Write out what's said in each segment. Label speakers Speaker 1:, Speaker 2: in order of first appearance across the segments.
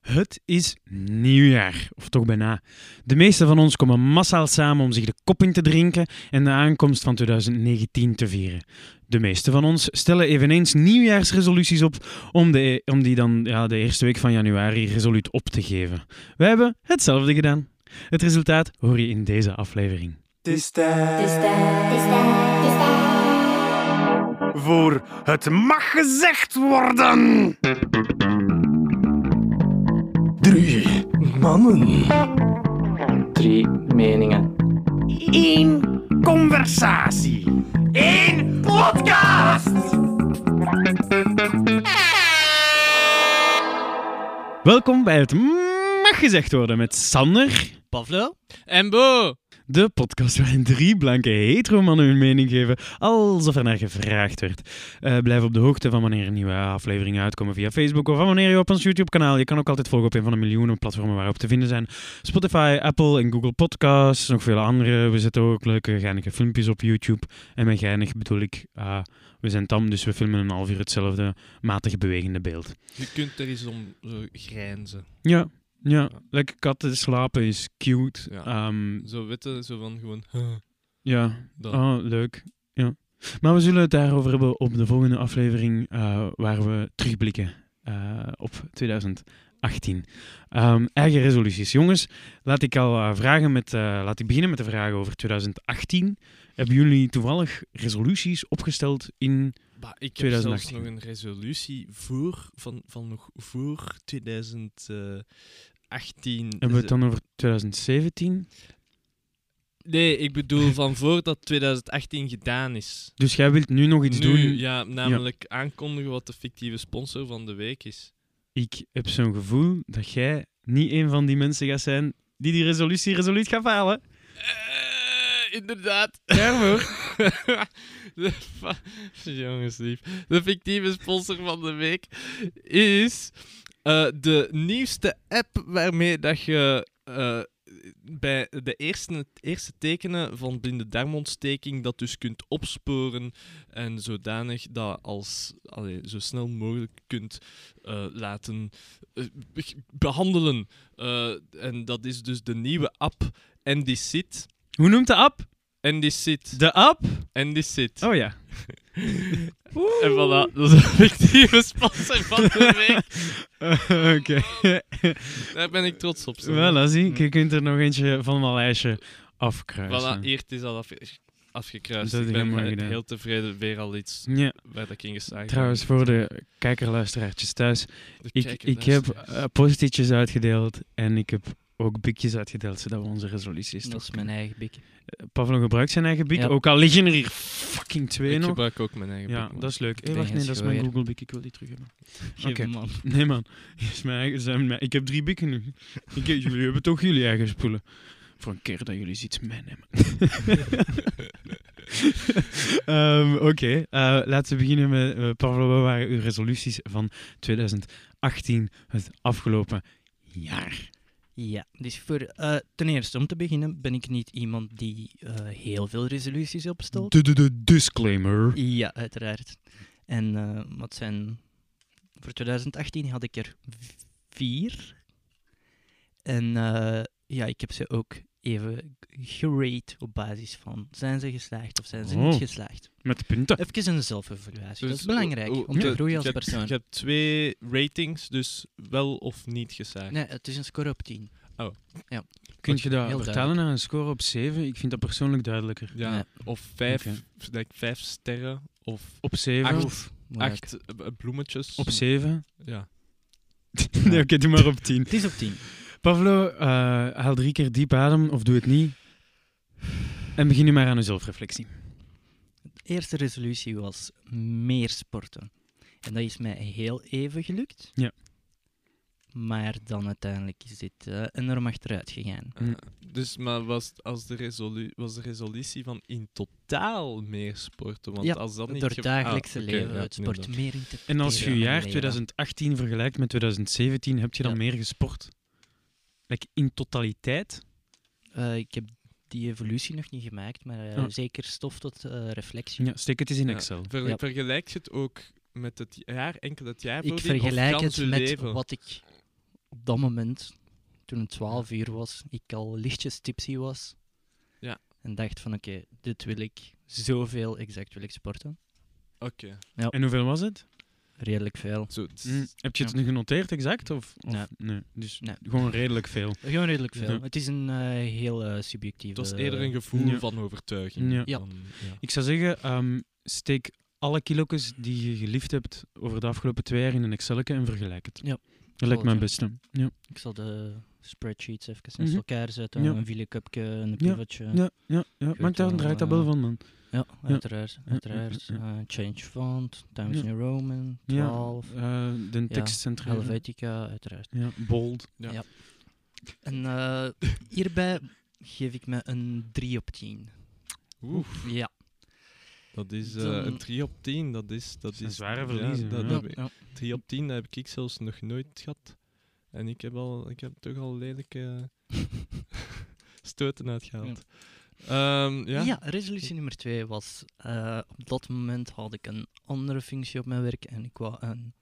Speaker 1: Het is nieuwjaar, of toch bijna. De meesten van ons komen massaal samen om zich de kop in te drinken en de aankomst van 2019 te vieren. De meesten van ons stellen eveneens nieuwjaarsresoluties op om, de, om die dan ja, de eerste week van januari resoluut op te geven. Wij hebben hetzelfde gedaan. Het resultaat hoor je in deze aflevering.
Speaker 2: Het is tijd
Speaker 3: Is that, is that, is that,
Speaker 2: voor Het Mag Gezegd Worden. Drie mannen.
Speaker 4: drie meningen.
Speaker 2: Eén conversatie. Eén podcast.
Speaker 1: Welkom bij het Mag Gezegd Worden met Sander,
Speaker 5: Pavlo. En Bo.
Speaker 1: de podcast waarin drie blanke hetero-mannen hun mening geven, alsof er naar gevraagd werd. Eh, blijf op de hoogte van wanneer er nieuwe afleveringen uitkomen via Facebook of van wanneer je op ons YouTube-kanaal. Je kan ook altijd volgen op een van de miljoenen platformen waarop te vinden zijn. Spotify, Apple en Google Podcasts, nog vele andere. We zetten ook leuke geinige filmpjes op YouTube. En met geinig bedoel ik, ah, we zijn tam, dus we filmen een half uur hetzelfde matig bewegende beeld.
Speaker 5: Je kunt er eens om zo grijnzen.
Speaker 1: Ja, ja. Lekker katten slapen is cute.
Speaker 5: Ja.
Speaker 1: Ehm,
Speaker 5: Zo witte, zo van gewoon...
Speaker 1: ja.
Speaker 5: Dan.
Speaker 1: Oh, leuk. Ja. Maar we zullen het daarover hebben op de volgende aflevering, eh, waar we terugblikken eh, op 2018. Ehm, eigen resoluties. Jongens, laat ik al eh, vragen met, eh, laat ik beginnen met de vraag over 2018. Hebben jullie toevallig resoluties opgesteld in...
Speaker 5: Bah, ik heb
Speaker 1: 2018.
Speaker 5: zelfs nog een resolutie voor, van, van nog voor Dus, 2018.
Speaker 1: Hebben we het dan over 2017?
Speaker 5: eh, Nee, ik bedoel van voordat 2018 gedaan is.
Speaker 1: Dus jij wilt nu nog iets
Speaker 5: nu,
Speaker 1: doen?
Speaker 5: Ja, namelijk aankondigen wat de fictieve sponsor van de week is.
Speaker 1: Ik heb zo'n gevoel dat jij niet een van die mensen gaat zijn die die resolutie resoluut gaat falen.
Speaker 5: Eh, inderdaad. Daarvoor. Jongens, lief. De fictieve sponsor van de week is eh, de nieuwste app waarmee dat je eh, bij de eerste, eerste tekenen van blinde darmontsteking dat dus kunt opsporen en zodanig dat als allee, zo snel mogelijk kunt eh, laten eh, beg- behandelen. Eh, en dat is dus de nieuwe app Endicit.
Speaker 1: Hoe noemt de app?
Speaker 5: Endicit.
Speaker 1: De app?
Speaker 5: Endicit.
Speaker 1: Oh ja.
Speaker 5: En voilà, dat is een fictieve sponsor van de week.
Speaker 1: Eh, Oké.
Speaker 5: Daar ben ik trots op. zeg.
Speaker 1: Wel, zie, je kunt er nog eentje van mijn lijstje afkruisen.
Speaker 5: Voilà, hier het is al af, afgekruist.
Speaker 1: eh, Dat
Speaker 5: ik
Speaker 1: is
Speaker 5: ben
Speaker 1: helemaal
Speaker 5: he-
Speaker 1: gedaan.
Speaker 5: heel tevreden weer al iets
Speaker 1: Ja,
Speaker 5: waar dat ik in geslaagd ben.
Speaker 1: trouwens, voor de kijkerluisteraartjes thuis.
Speaker 5: De
Speaker 1: Ik,
Speaker 5: kijker
Speaker 1: ik heb
Speaker 5: luistert.
Speaker 1: eh, post-itjes uitgedeeld en ik heb ook bikjes uitgedeeld, zodat we onze resoluties
Speaker 6: Dat is
Speaker 1: toch...
Speaker 6: mijn eigen bik.
Speaker 1: Pavlo gebruikt zijn eigen bik,
Speaker 6: Ja.
Speaker 1: ook al liggen er hier fucking twee
Speaker 5: ik
Speaker 1: nog.
Speaker 5: gebruik ook mijn eigen
Speaker 1: Ja,
Speaker 5: Pokémon.
Speaker 1: dat is leuk. Hé,
Speaker 6: ben
Speaker 1: wacht, nee,
Speaker 6: geen
Speaker 1: dat is mijn
Speaker 6: schooier.
Speaker 1: Google bik, ik wil die terug hebben.
Speaker 6: Geef
Speaker 1: Oké.
Speaker 6: hem man.
Speaker 1: Nee man, Hier is mijn eigen, zijn mijn- ik heb drie bikken nu. Ik, jullie hebben toch jullie eigen spullen. Voor een keer dat jullie iets meenemen. Ehm, Oké, eh, laten we beginnen met eh, Pavlo, wat waren uw resoluties van 2018, het afgelopen jaar?
Speaker 6: Ja, dus voor, eh, ten eerste om te beginnen ben ik niet iemand die eh, heel veel resoluties opstelt.
Speaker 1: De, de, de disclaimer.
Speaker 6: Ja, uiteraard. En eh, wat zijn... Voor 2018 had ik er v- vier. En eh, ja, ik heb ze ook even g- gerate op basis van zijn ze geslaagd of zijn ze
Speaker 1: Oh.
Speaker 6: niet geslaagd.
Speaker 1: Met punten.
Speaker 6: Even een zelfevaluatie, dat
Speaker 5: Dus,
Speaker 6: is belangrijk
Speaker 5: oh, oh,
Speaker 6: om te
Speaker 5: je-
Speaker 6: groeien
Speaker 5: je
Speaker 6: als
Speaker 5: hebt-
Speaker 6: persoon.
Speaker 5: Je hebt twee ratings, dus wel of niet geslaagd.
Speaker 6: Nee, het is een score op 10.
Speaker 5: Oh.
Speaker 1: Kun je
Speaker 6: Heel
Speaker 1: dat vertalen naar een score op 7? Ik vind dat persoonlijk duidelijker.
Speaker 5: Ja,
Speaker 6: Nee.
Speaker 5: of vijf,
Speaker 1: Oké.
Speaker 5: like, vijf sterren, of
Speaker 1: Op 7?
Speaker 5: Acht.
Speaker 6: Oef, moeilijk.
Speaker 5: acht eh, bloemetjes.
Speaker 1: Op 7?
Speaker 5: Ja.
Speaker 1: nee, oké, doe maar op 10.
Speaker 6: Het is op 10.
Speaker 1: Pavlo, eh, haal drie keer diep adem of doe het niet. En begin nu maar aan uw zelfreflectie.
Speaker 6: eerste resolutie was meer sporten. En dat is mij heel even gelukt.
Speaker 1: Ja.
Speaker 6: Maar dan uiteindelijk is dit eh, enorm achteruit gegaan.
Speaker 1: Mm.
Speaker 5: Dus, maar was, als de resolu was de resolutie van in totaal meer sporten? Want
Speaker 6: Ja,
Speaker 5: als dat niet
Speaker 6: Door
Speaker 5: ge-
Speaker 6: dagelijkse
Speaker 5: Ah, oké,
Speaker 6: leven
Speaker 5: ja,
Speaker 6: het sport
Speaker 5: inderdaad.
Speaker 6: meer in te
Speaker 1: En als je je
Speaker 6: Ja,
Speaker 1: jaar
Speaker 6: ja.
Speaker 1: 2018 vergelijkt met 2017, heb je dan
Speaker 6: Ja.
Speaker 1: meer gesport? Like in totaliteit?
Speaker 6: Eh, ik heb die evolutie nog niet gemaakt, maar eh,
Speaker 1: Ah.
Speaker 5: Oh.
Speaker 6: zeker stof tot eh, reflectie.
Speaker 1: Ja, steek het eens in
Speaker 5: Ja.
Speaker 1: Excel.
Speaker 5: Ver-
Speaker 6: Ja.
Speaker 5: Vergelijk je het ook met het jaar, enkel het jaar
Speaker 6: Ik
Speaker 5: voordien, of
Speaker 6: vergelijk
Speaker 5: gans
Speaker 6: het
Speaker 5: je
Speaker 6: met
Speaker 5: leven?
Speaker 6: wat ik op dat moment, toen het 12 uur was, ik al lichtjes tipsy was.
Speaker 5: Ja.
Speaker 6: En dacht van, oké, dit wil ik. Zoveel exact wil ik sporten.
Speaker 5: Oké.
Speaker 1: En hoeveel was het?
Speaker 6: Redelijk veel.
Speaker 5: Zo. t-
Speaker 1: Mm, Heb je het nu genoteerd exact? Of, of
Speaker 6: Nee.
Speaker 1: Dus
Speaker 6: Nee.
Speaker 1: gewoon redelijk veel.
Speaker 6: Gewoon redelijk veel.
Speaker 1: Ja.
Speaker 6: Het is een eh, heel eh, subjectief.
Speaker 5: Het was eerder een gevoel
Speaker 1: Ja.
Speaker 5: van overtuiging.
Speaker 1: Ja.
Speaker 6: Ja.
Speaker 5: Dan, ja.
Speaker 1: Ik zou zeggen, ehm, steek alle kilo's die je geliefd hebt over de afgelopen twee jaar in een excel en vergelijk het.
Speaker 6: Ja.
Speaker 1: Dat lijkt me
Speaker 6: het
Speaker 1: het beste. Ja.
Speaker 6: Ik zal de spreadsheets even naast
Speaker 1: Mhm.
Speaker 6: elkaar zetten.
Speaker 1: Ja.
Speaker 6: Een wielercupje, een
Speaker 1: Ja.
Speaker 6: pivotje.
Speaker 1: Ja, ja, ja.
Speaker 6: Goed,
Speaker 1: Maak daar een
Speaker 6: dan,
Speaker 1: draaitabel
Speaker 6: eh,
Speaker 1: van dan.
Speaker 6: Ja, uiteraard.
Speaker 1: ja,
Speaker 6: uiteraard.
Speaker 1: ja,
Speaker 6: Eh, change font, Times
Speaker 1: Ja.
Speaker 6: New Roman,
Speaker 1: Ja.
Speaker 6: 12,
Speaker 1: Eh, de tekst centraal.
Speaker 6: Helvetica, uiteraard.
Speaker 1: Ja, bold.
Speaker 5: Ja.
Speaker 6: Ja. En eh, hierbij geef ik me een 3 op 10.
Speaker 5: Oeh,
Speaker 6: Ja,
Speaker 5: dat is eh,
Speaker 6: Dan-
Speaker 5: een 3 op 10. Dat is, dat
Speaker 1: zijn
Speaker 5: is
Speaker 1: zware verliezen,
Speaker 5: Ja, dat
Speaker 1: ja.
Speaker 5: heb
Speaker 6: ja,
Speaker 5: ik-
Speaker 6: ja.
Speaker 5: 3 op 10 heb ik zelfs nog nooit gehad. En ik heb, al, ik heb toch al lelijke stoten uitgehaald. Ehm, ja.
Speaker 6: Ja. resolutie nummer 2 was: eh, op dat moment had ik een andere functie op mijn werk en ik wou een,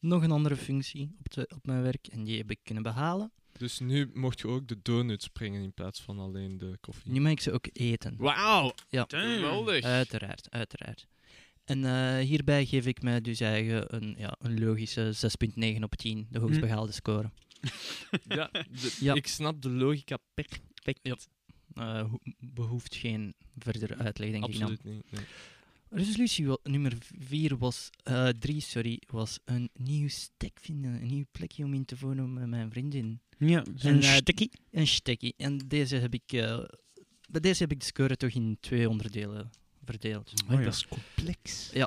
Speaker 6: nog een andere functie op, de, op mijn werk en die heb ik kunnen behalen.
Speaker 5: Dus nu mocht je ook de donuts brengen in plaats van alleen de koffie.
Speaker 6: Nu mag ik ze ook eten.
Speaker 5: Wauw!
Speaker 6: Ja.
Speaker 5: Geweldig!
Speaker 6: Uiteraard, uiteraard. En eh, hierbij geef ik mij dus eigenlijk een, ja, een logische 6,9 op 10, de hoogst
Speaker 1: Hm.
Speaker 6: behaalde score.
Speaker 5: ja, de-
Speaker 6: Ja.
Speaker 5: ik snap de logica perfect.
Speaker 6: Ja. Eh, ho- behoeft geen verdere uitleg, denk ik dan.
Speaker 5: Absoluut niet. nee.
Speaker 6: Resolutie wa- nummer 4 was, 3, sorry, was een nieuw stek vinden, een nieuw plekje om in te wonen met mijn vriendin.
Speaker 1: Ja, Oh,
Speaker 6: En,
Speaker 1: zo'n
Speaker 6: eh,
Speaker 1: stekkie.
Speaker 6: Een stekkie. En deze heb ik, eh, bij deze heb ik de score toch in twee onderdelen verdeeld.
Speaker 1: Oh ja.
Speaker 5: Dat is complex.
Speaker 6: Eh,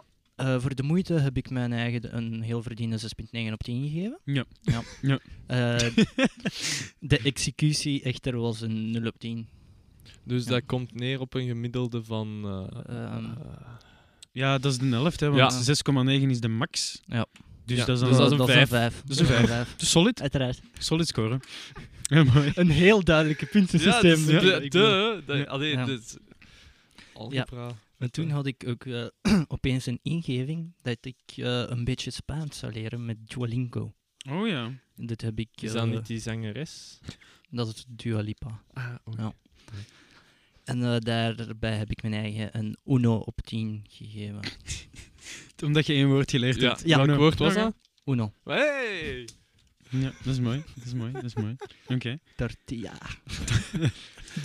Speaker 6: voor de moeite heb ik mijn eigen een heel verdiende 6.9 op 10 gegeven.
Speaker 1: Ja.
Speaker 6: ja.
Speaker 1: Ja.
Speaker 6: Eh, de executie echter was een 0 op 10.
Speaker 5: Dus
Speaker 6: Ja.
Speaker 5: dat komt neer op een gemiddelde van. eh,
Speaker 6: Ehm,
Speaker 5: eh,
Speaker 1: Ja, dat is de helft, hè,
Speaker 5: Ja.
Speaker 1: want 6,9 is de max.
Speaker 6: Ja.
Speaker 1: Dus
Speaker 5: Ja,
Speaker 1: dat is dan
Speaker 5: dus
Speaker 1: wel-
Speaker 5: dat is een vijf. Eh.
Speaker 6: vijf.
Speaker 1: Dat is een vijf. solid.
Speaker 6: Uiteraard.
Speaker 1: Solid scoren. Ja, mooi.
Speaker 6: Een heel duidelijke
Speaker 5: ja,
Speaker 6: puntensysteem.
Speaker 5: dus
Speaker 1: ja,
Speaker 5: de,
Speaker 1: ik
Speaker 5: de, de-
Speaker 1: Ja.
Speaker 5: allee,
Speaker 6: Ja.
Speaker 5: dit- Algebra.
Speaker 6: En toen had ik ook eh, opeens een ingeving dat ik eh, een beetje Spaans zou leren met Duolingo.
Speaker 1: Oh ja.
Speaker 6: Dit heb ik...
Speaker 5: Is dat
Speaker 6: eh,
Speaker 5: niet die zangeres?
Speaker 6: Dat is Dua Lipa.
Speaker 5: Ah, oké.
Speaker 6: Ja. En eh, daarbij heb ik mijn eigen een Uno op 10 gegeven.
Speaker 1: Omdat je één woord geleerd
Speaker 5: Ja,
Speaker 1: hebt.
Speaker 6: Ja.
Speaker 5: welk
Speaker 1: Welk
Speaker 5: woord was dat?
Speaker 6: Uno.
Speaker 5: Hey!
Speaker 1: Ja, dat is mooi. Dat is mooi. Dat is mooi. Oké.
Speaker 6: Tortilla.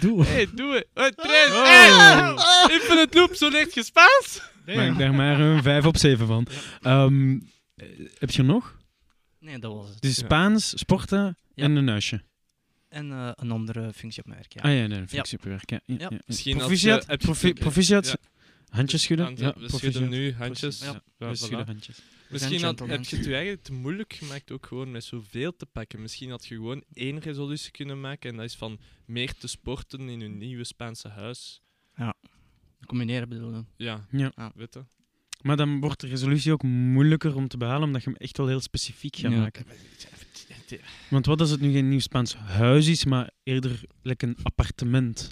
Speaker 6: Doe.
Speaker 5: Hey, doe het! Hey, Tres!
Speaker 1: Oh.
Speaker 5: Hey! Infinite Loop, zo leert je Spaans!
Speaker 1: Maak daar maar een 5 op 7 van. Ehm, eh, heb je er nog?
Speaker 6: Nee, dat was het.
Speaker 1: Dus
Speaker 5: Ja.
Speaker 1: Spaans, sporten
Speaker 6: Ja.
Speaker 1: en een huisje.
Speaker 6: En eh, een andere functie op mijn werk, ja.
Speaker 1: Ah ja, nee, dat vind ik
Speaker 6: Ja.
Speaker 1: superwerk. Ja, ja,
Speaker 6: Ja.
Speaker 1: ja.
Speaker 5: Misschien als
Speaker 1: proficiat.
Speaker 5: je- heb je-
Speaker 1: profi- proficiat.
Speaker 5: Ja.
Speaker 1: Handjes schudden.
Speaker 5: Want,
Speaker 1: Ja,
Speaker 5: eh, we schudden
Speaker 1: proficiat.
Speaker 5: nu handjes.
Speaker 1: Ja,
Speaker 5: Ja,
Speaker 1: we
Speaker 5: voilà.
Speaker 1: schudden handjes.
Speaker 5: Misschien had,
Speaker 6: gentlemen.
Speaker 5: heb je het je eigenlijk te moeilijk gemaakt ook gewoon met zoveel te pakken. Misschien had je gewoon één resolutie kunnen maken en dat is van meer te sporten in hun nieuwe Spaanse huis.
Speaker 6: Combineren bedoel ik.
Speaker 5: Ja,
Speaker 1: Ja.
Speaker 6: Ah.
Speaker 5: weet je?
Speaker 1: Maar dan wordt de resolutie ook moeilijker om te behalen, omdat je hem echt wel heel specifiek gaat
Speaker 6: Ja.
Speaker 1: maken. Want wat als het nu geen nieuw Spaans huis is, maar eerder like een appartement?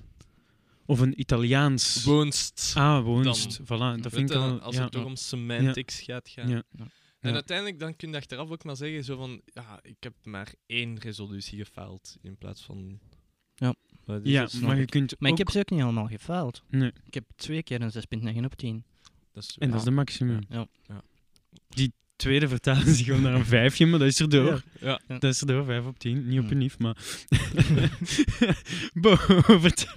Speaker 1: Of een Italiaans
Speaker 5: Woonst.
Speaker 1: ah, woonst. Voilà, dat
Speaker 5: Weet
Speaker 1: vind ik
Speaker 5: je,
Speaker 1: al...
Speaker 5: als
Speaker 1: ja.
Speaker 5: het toch om semantics gaat gaan.
Speaker 1: Ja.
Speaker 6: Ja.
Speaker 5: En
Speaker 1: Ja.
Speaker 5: uiteindelijk dan kun je achteraf ook maar zeggen zo van ja, ik heb maar één resolutie gefaald in plaats van...
Speaker 6: Ja.
Speaker 5: Wat is
Speaker 1: Ja,
Speaker 5: dat?
Speaker 1: maar je kunt
Speaker 6: Maar ik
Speaker 1: ook-
Speaker 6: heb ze ook niet allemaal gefaald.
Speaker 1: Nee.
Speaker 6: Ik heb twee keer een 6.9 op 10.
Speaker 5: Dat is-
Speaker 1: En dat is de maximum.
Speaker 6: Ja.
Speaker 5: Ja.
Speaker 1: Die tweede vertalen zich gewoon naar een vijfje, maar dat is er door.
Speaker 5: Ja.
Speaker 6: Ja.
Speaker 1: Dat is er door, vijf op tien. Niet op
Speaker 6: Hmm.
Speaker 1: een nief, maar... Bo, vertel,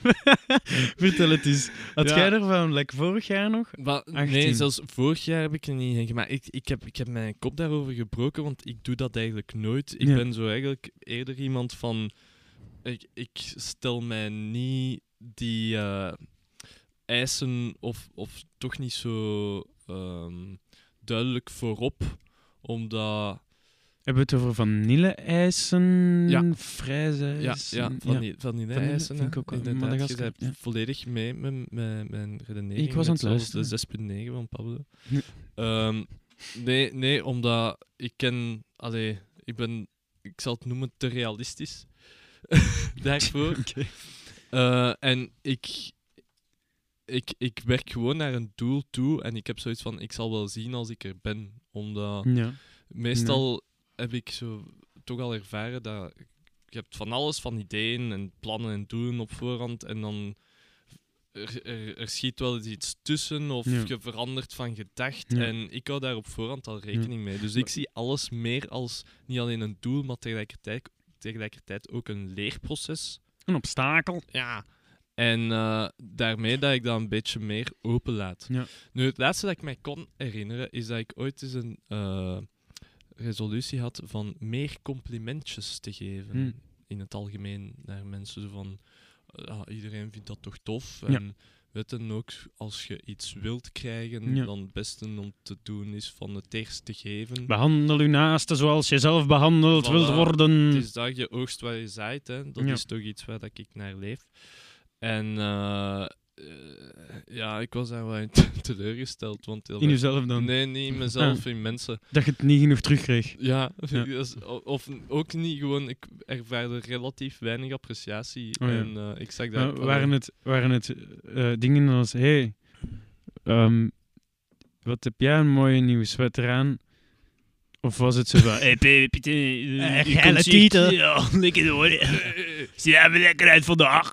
Speaker 1: vertel het eens. Had
Speaker 5: Ja.
Speaker 1: jij ervan, like vorig jaar nog?
Speaker 5: Wa-
Speaker 1: 18.
Speaker 5: nee, zelfs vorig jaar heb ik er niet in gemaakt. Ik, ik, heb, ik heb mijn kop daarover gebroken, want ik doe dat eigenlijk nooit. Ik
Speaker 1: Ja.
Speaker 5: ben zo eigenlijk eerder iemand van... Ik, ik stel mij niet die eh, eisen of, of toch niet zo ehm, duidelijk voorop, omdat...
Speaker 1: Hebben we het over vanille-ijsen,
Speaker 5: Ja. Ja,
Speaker 1: frijzeijs?
Speaker 5: ja, van, Die, van die
Speaker 1: Vanille
Speaker 5: eisen.
Speaker 1: vind
Speaker 5: hè.
Speaker 1: ik ook wel.
Speaker 5: Inderdaad, je
Speaker 1: Madagascar,
Speaker 5: hebt
Speaker 1: ja.
Speaker 5: volledig mee met m- met mijn redenering.
Speaker 1: Ik was
Speaker 5: met
Speaker 1: aan het
Speaker 5: zelfs
Speaker 1: luisteren.
Speaker 5: De 6.9 van Pablo.
Speaker 1: Nee.
Speaker 5: Ehm, nee, nee, omdat ik ken... Allee, ik ben... Ik zal het noemen te realistisch. Daarvoor.
Speaker 1: Oké.
Speaker 5: Eh, en ik, ik... Ik werk gewoon naar een doel toe. En ik heb zoiets van... Ik zal wel zien als ik er ben. Omdat...
Speaker 1: Ja.
Speaker 5: Meestal heb ik zo toch al ervaren dat je hebt van alles van ideeën en plannen en doen op voorhand en dan er, er, er schiet wel eens iets tussen of
Speaker 1: Ja.
Speaker 5: je verandert van gedacht
Speaker 1: Ja.
Speaker 5: en ik hou daar op voorhand al rekening mee. Dus ik zie alles meer als niet alleen een doel, maar tegelijkertijd, tegelijkertijd ook een leerproces.
Speaker 1: Een obstakel.
Speaker 5: Ja. En eh, daarmee dat ik dat een beetje meer open laat.
Speaker 1: Ja.
Speaker 5: Nu, het laatste dat ik mij kon herinneren, is dat ik ooit eens een eh, resolutie had van meer complimentjes te geven.
Speaker 1: Hm.
Speaker 5: In het algemeen naar mensen zo van, eh, ah, iedereen vindt dat toch tof.
Speaker 1: Ja.
Speaker 5: En weet dan ook, als je iets wilt krijgen,
Speaker 1: Ja.
Speaker 5: dan het beste om te doen is van het eerst te geven.
Speaker 1: Behandel uw naasten zoals je zelf behandeld
Speaker 5: Voilà.
Speaker 1: wilt worden.
Speaker 5: Het is dat je oogst waar je zaait. Hè? Dat
Speaker 1: Hm. Ja.
Speaker 5: is toch iets waar dat ik naar leef. En eh, eh, ja, ik was daar wel in te- teleurgesteld. Want heel
Speaker 1: In
Speaker 5: erg-
Speaker 1: uzelf dan.
Speaker 5: Nee, niet in mezelf, in mensen.
Speaker 1: Dat je het niet genoeg terugkreeg.
Speaker 5: Ja,
Speaker 1: Ja.
Speaker 5: dat is- o- of n- ook niet gewoon. Ik ervaarde relatief weinig appreciatie.
Speaker 1: Oh ja.
Speaker 5: En eh, ik zag
Speaker 1: Maar
Speaker 5: daar.
Speaker 1: waren het, waren het eh, dingen als: hé, hey, ehm, wat heb jij een mooie nieuwe sweater aan? Of was het zo van: hé, hey, Peter,
Speaker 6: Eh, geile tieten.
Speaker 1: Ja, lekker hoor. Zie jij me lekker uit vandaag?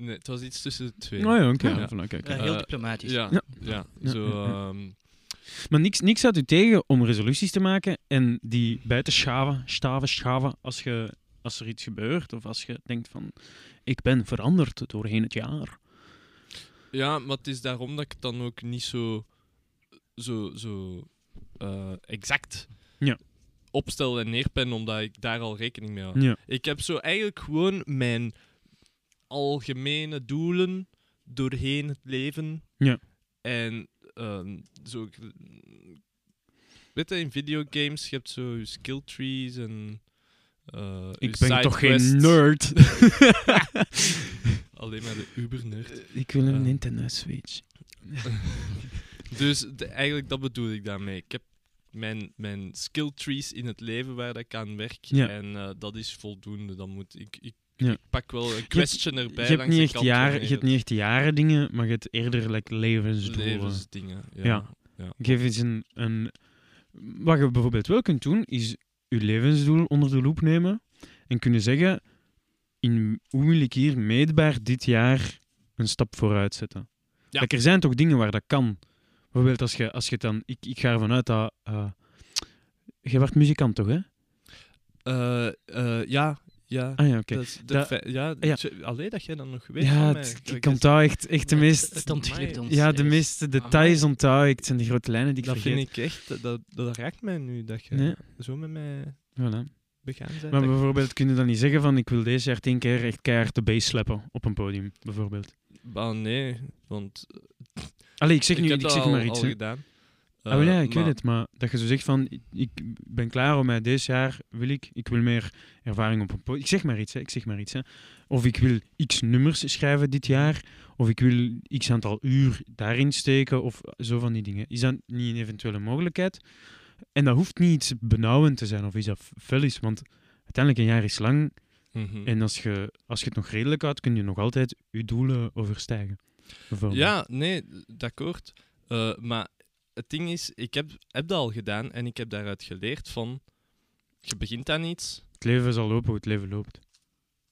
Speaker 5: Nee, het was iets tussen de twee.
Speaker 1: Oh ja, oké.
Speaker 5: Ja.
Speaker 1: Ja, van, oké, oké.
Speaker 6: Eh, heel
Speaker 5: Eh,
Speaker 6: diplomatisch.
Speaker 5: Ja,
Speaker 1: Ja.
Speaker 5: ja. zo.
Speaker 1: ja, ja.
Speaker 5: ehm,
Speaker 1: Maar niks, niks houdt u tegen om resoluties te maken en die buiten schaven, staven, schaven als, je, als er iets gebeurt. Of als je denkt van, ik ben veranderd doorheen het jaar.
Speaker 5: Ja, maar het is daarom dat ik het dan ook niet zo, zo, zo eh, exact
Speaker 1: Ja.
Speaker 5: opstel en neerpen, omdat ik daar al rekening mee hou.
Speaker 1: Ja.
Speaker 5: Ik heb zo eigenlijk gewoon mijn algemene doelen doorheen het leven.
Speaker 1: Ja.
Speaker 5: En ehm, zo. ik- Weet je, in videogames, je hebt zo je skill trees en. eh, je
Speaker 1: Ik ben toch geen
Speaker 5: sidequests.
Speaker 1: nerd?
Speaker 5: Alleen maar de uber-nerd.
Speaker 1: Eh, ik wil een
Speaker 5: Ja.
Speaker 1: Nintendo Switch.
Speaker 5: Dus de- eigenlijk dat bedoel ik daarmee. Ik heb mijn, mijn skill trees in het leven waar dat ik aan werk.
Speaker 1: Ja.
Speaker 5: En eh, dat is voldoende. Dan moet ik, ik,
Speaker 1: Ja.
Speaker 5: ik pak wel een question
Speaker 1: Je
Speaker 5: erbij.
Speaker 1: hebt,
Speaker 5: langs
Speaker 1: niet
Speaker 5: de
Speaker 1: echt
Speaker 5: kant
Speaker 1: jaren,
Speaker 5: wanneer
Speaker 1: je hebt
Speaker 5: het
Speaker 1: niet echt jaren dingen, maar je hebt eerder like, levensdoelen.
Speaker 5: levensdingen. Ja.
Speaker 1: Ja. Geef eens een, een... Wat je bijvoorbeeld wel kunt doen, is je levensdoel onder de loep nemen en kunnen zeggen, in, hoe wil ik hier meetbaar dit jaar een stap vooruit zetten?
Speaker 5: Ja.
Speaker 1: Like, er zijn toch dingen waar dat kan. Bijvoorbeeld als je, als je het dan... Ik, ik ga ervan uit dat... eh je werd muzikant, toch, hè?
Speaker 5: Eh, eh, ja, ja.
Speaker 1: Ah ja, oké.
Speaker 5: Dat is de
Speaker 1: Dat-
Speaker 5: fe- ja,
Speaker 1: ja.
Speaker 5: tje- Allee dat jij dan nog weet.
Speaker 1: Ja,
Speaker 5: van
Speaker 1: het-
Speaker 5: mij.
Speaker 1: ik onthoud echt, echt de
Speaker 6: Het-
Speaker 1: meest...
Speaker 6: Het ontglipt
Speaker 5: Amai.
Speaker 6: ons.
Speaker 1: Ja, de
Speaker 6: eerst.
Speaker 1: meeste details onthoud ik. Het zijn de grote lijnen die ik
Speaker 5: Dat
Speaker 1: vergeet.
Speaker 5: vind ik echt, dat- dat, dat raakt mij nu, dat je
Speaker 1: Nee.
Speaker 5: zo met mij
Speaker 1: Voilà.
Speaker 5: begaan bent.
Speaker 1: Maar
Speaker 5: Dat-
Speaker 1: bijvoorbeeld kun je dan niet zeggen van ik wil deze jaar tien keer echt keihard de bass slappen op een podium, bijvoorbeeld.
Speaker 5: Ah, nee, want
Speaker 1: Allee, ik zeg nu,
Speaker 5: heb
Speaker 1: ik
Speaker 5: dat
Speaker 1: zeg
Speaker 5: al-
Speaker 1: maar iets.
Speaker 5: al
Speaker 1: hè.
Speaker 5: gedaan.
Speaker 1: ah, wel, ja,
Speaker 5: Eh,
Speaker 1: ik
Speaker 5: maar-
Speaker 1: weet het, maar dat je zo zegt van ik- ik ben klaar om mij deze jaar wil ik, ik wil meer ervaring op een podium. Ik zeg maar iets, hè, ik zeg maar iets. Hè. Of ik wil x nummers schrijven dit jaar, of ik wil x aantal uur daarin steken, of zo van die dingen. Is dat niet een eventuele mogelijkheid? En dat hoeft niet iets benauwend te zijn of iets dat fel is, want uiteindelijk een jaar is lang
Speaker 5: Mhm.
Speaker 1: En als je, als je het nog redelijk houdt, kun je nog altijd je doelen overstijgen. bijvoorbeeld.
Speaker 5: Ja, nee, akkoord. Eh, maar het ding is, ik heb, heb dat al gedaan en ik heb daaruit geleerd van... Je begint aan iets.
Speaker 1: Het leven zal lopen hoe het leven loopt.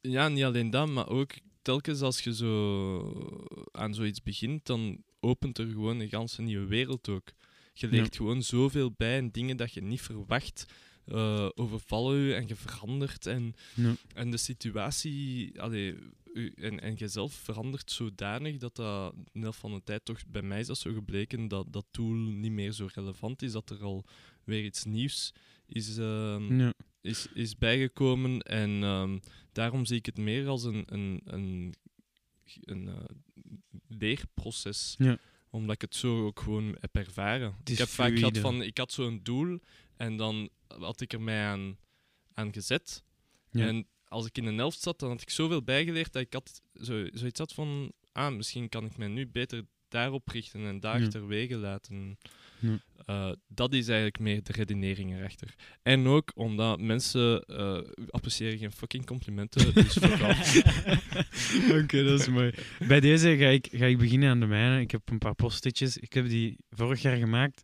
Speaker 5: Ja, niet alleen dat, maar ook telkens als je zo aan zoiets begint, dan opent er gewoon een ganse nieuwe wereld ook. Je leert gewoon zoveel bij en dingen dat je niet verwacht eh, overvallen je en je verandert. En,
Speaker 1: Ja.
Speaker 5: en de situatie, allee, u- en, en jezelf verandert zodanig dat dat, in elk van de tijd toch bij mij is dat zo gebleken, dat dat tool niet meer zo relevant is, dat er al weer iets nieuws is, ehm,
Speaker 1: Ja.
Speaker 5: is, is bijgekomen. En ehm, daarom zie ik het meer als een, een, een, een eh, leerproces.
Speaker 1: Ja.
Speaker 5: Omdat ik het zo ook gewoon heb ervaren.
Speaker 1: is
Speaker 5: Ik heb vaak gehad
Speaker 1: fluïde.
Speaker 5: van, ik had zo'n doel en dan had ik er mij aan, aan gezet.
Speaker 1: Ja.
Speaker 5: En als ik in een elft zat, dan had ik zoveel bijgeleerd dat ik had zo, zoiets had van, ah, misschien kan ik mij nu beter daarop richten en daar
Speaker 1: Ja.
Speaker 5: terwege laten.
Speaker 1: Ja.
Speaker 5: Eh, dat is eigenlijk meer de redenering erachter. En ook omdat mensen eh, appreciëren geen fucking complimenten, dus fuck off.
Speaker 1: Oké, dat is mooi. Bij deze ga ik, ga ik beginnen aan de mijne. Ik heb een paar postitjes. Ik heb die vorig jaar gemaakt.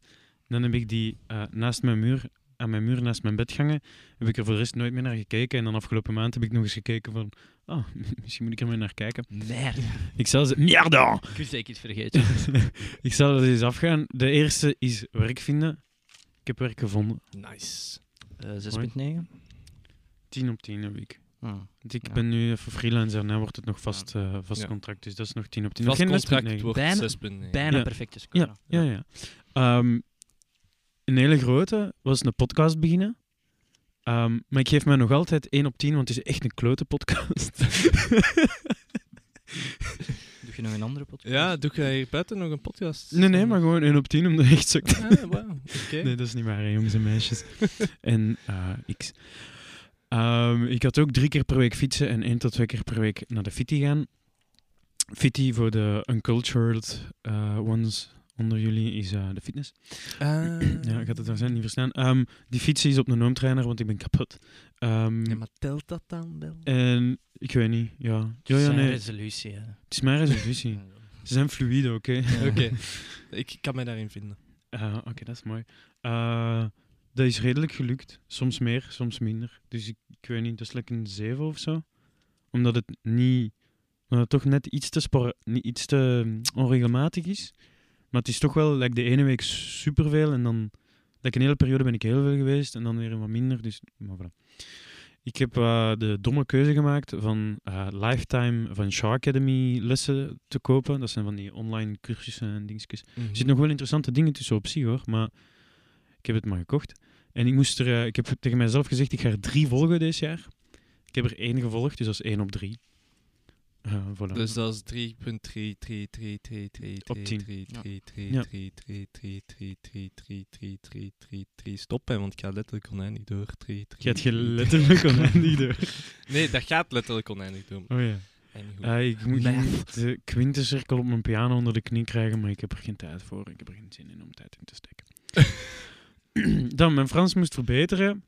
Speaker 1: Dan heb ik die eh, naast mijn muur eh, aan mijn muur naast mijn bed hangen, heb ik er voor de rest nooit meer naar gekeken. En dan afgelopen maand heb ik nog eens gekeken van, ah, misschien moet ik er maar naar kijken.
Speaker 6: Merde.
Speaker 1: Ik zal ze... Mierda!
Speaker 6: Ik wist dat ik iets vergeten.
Speaker 1: ik zal er eens afgaan. De eerste is werk vinden. Ik heb werk gevonden.
Speaker 5: Nice.
Speaker 6: Eh 6.9.
Speaker 1: 10 op 10 heb ik.
Speaker 6: Ah.
Speaker 1: Want ik
Speaker 6: Ja.
Speaker 1: ben nu even freelancer en dan wordt het nog vast, eh, vast
Speaker 5: Ja.
Speaker 1: contract. Dus dat is nog 10 op 10. Nog
Speaker 5: Vast
Speaker 1: geen 6.9.
Speaker 5: contract wordt
Speaker 6: Bijna-
Speaker 5: 6.9.
Speaker 6: Bijna
Speaker 1: Ja.
Speaker 6: perfecte score.
Speaker 1: Ja, ja, ja. Ehm, een hele grote was een podcast beginnen. Ehm, maar ik geef mij nog altijd 1 op 10, want het is echt een klote podcast.
Speaker 6: Doe je nog een andere podcast?
Speaker 5: Ja, doe jij hier buiten nog een podcast?
Speaker 1: nee, nee, maar gewoon 1 op 10, omdat echt zo...
Speaker 5: Ah, wauw. Oké.
Speaker 1: Nee, dat is niet waar, hè, jongens en meisjes. en eh, ik... Ehm, ik had ook drie keer per week fietsen en één tot twee keer per week naar de fitty gaan. Fitty voor de uncultured eh, ones onder jullie is eh, de fitness.
Speaker 5: Ah.
Speaker 1: Ja, ik had het waarschijnlijk niet verstaan. Ehm, die fiets is op een noomtrainer, want ik ben kapot. Ehm,
Speaker 5: Ja, maar telt dat dan wel?
Speaker 1: En ik weet niet, ja. Ja, ja,
Speaker 6: Zijn
Speaker 1: nee.
Speaker 6: resolutie. hè.
Speaker 1: Het is mijn resolutie. Ze zijn fluide, oké.
Speaker 5: Oké. Ik kan mij daarin vinden.
Speaker 1: Eh, oké, dat is mooi. Eh, dat is redelijk gelukt. Soms meer, soms minder. Dus ik, ik weet niet, dat is lekker een 7 of zo. Omdat het niet... Omdat het toch net iets te, spor, niet iets te mm, onregelmatig is. Maar het is toch wel, like, de ene week superveel en dan... Like, een hele periode ben ik heel veel geweest en dan weer wat minder. Dus, maar voilà. Ik heb eh, de domme keuze gemaakt van eh, Lifetime van Shark Academy lessen te kopen. Dat zijn van die online cursussen en dingetjes. Er zitten nog wel interessante dingen tussen op zich hoor, maar ik heb het maar gekocht. En ik moest er, eh, ik heb tegen mijzelf gezegd, ik ga er drie volgen dit jaar. Ik heb er één gevolgd, dus dat is één op drie. Eh, voilà.
Speaker 5: Dus dat is 3.3333333333333333333
Speaker 1: Op 10. Ja.
Speaker 5: Stop, hè, want ik ga letterlijk oneindig door.
Speaker 1: ik ga het je letterlijk oneindig door.
Speaker 5: Nee, dat gaat letterlijk oneindig door.
Speaker 1: Oh ja.
Speaker 5: En goed.
Speaker 1: Eh, ik moet
Speaker 6: Math.
Speaker 1: de kwintencirkel op mijn piano onder de knie krijgen, maar ik heb er geen tijd voor. Ik heb er geen zin in om tijd in te steken. Dan, mijn Frans moest verbeteren.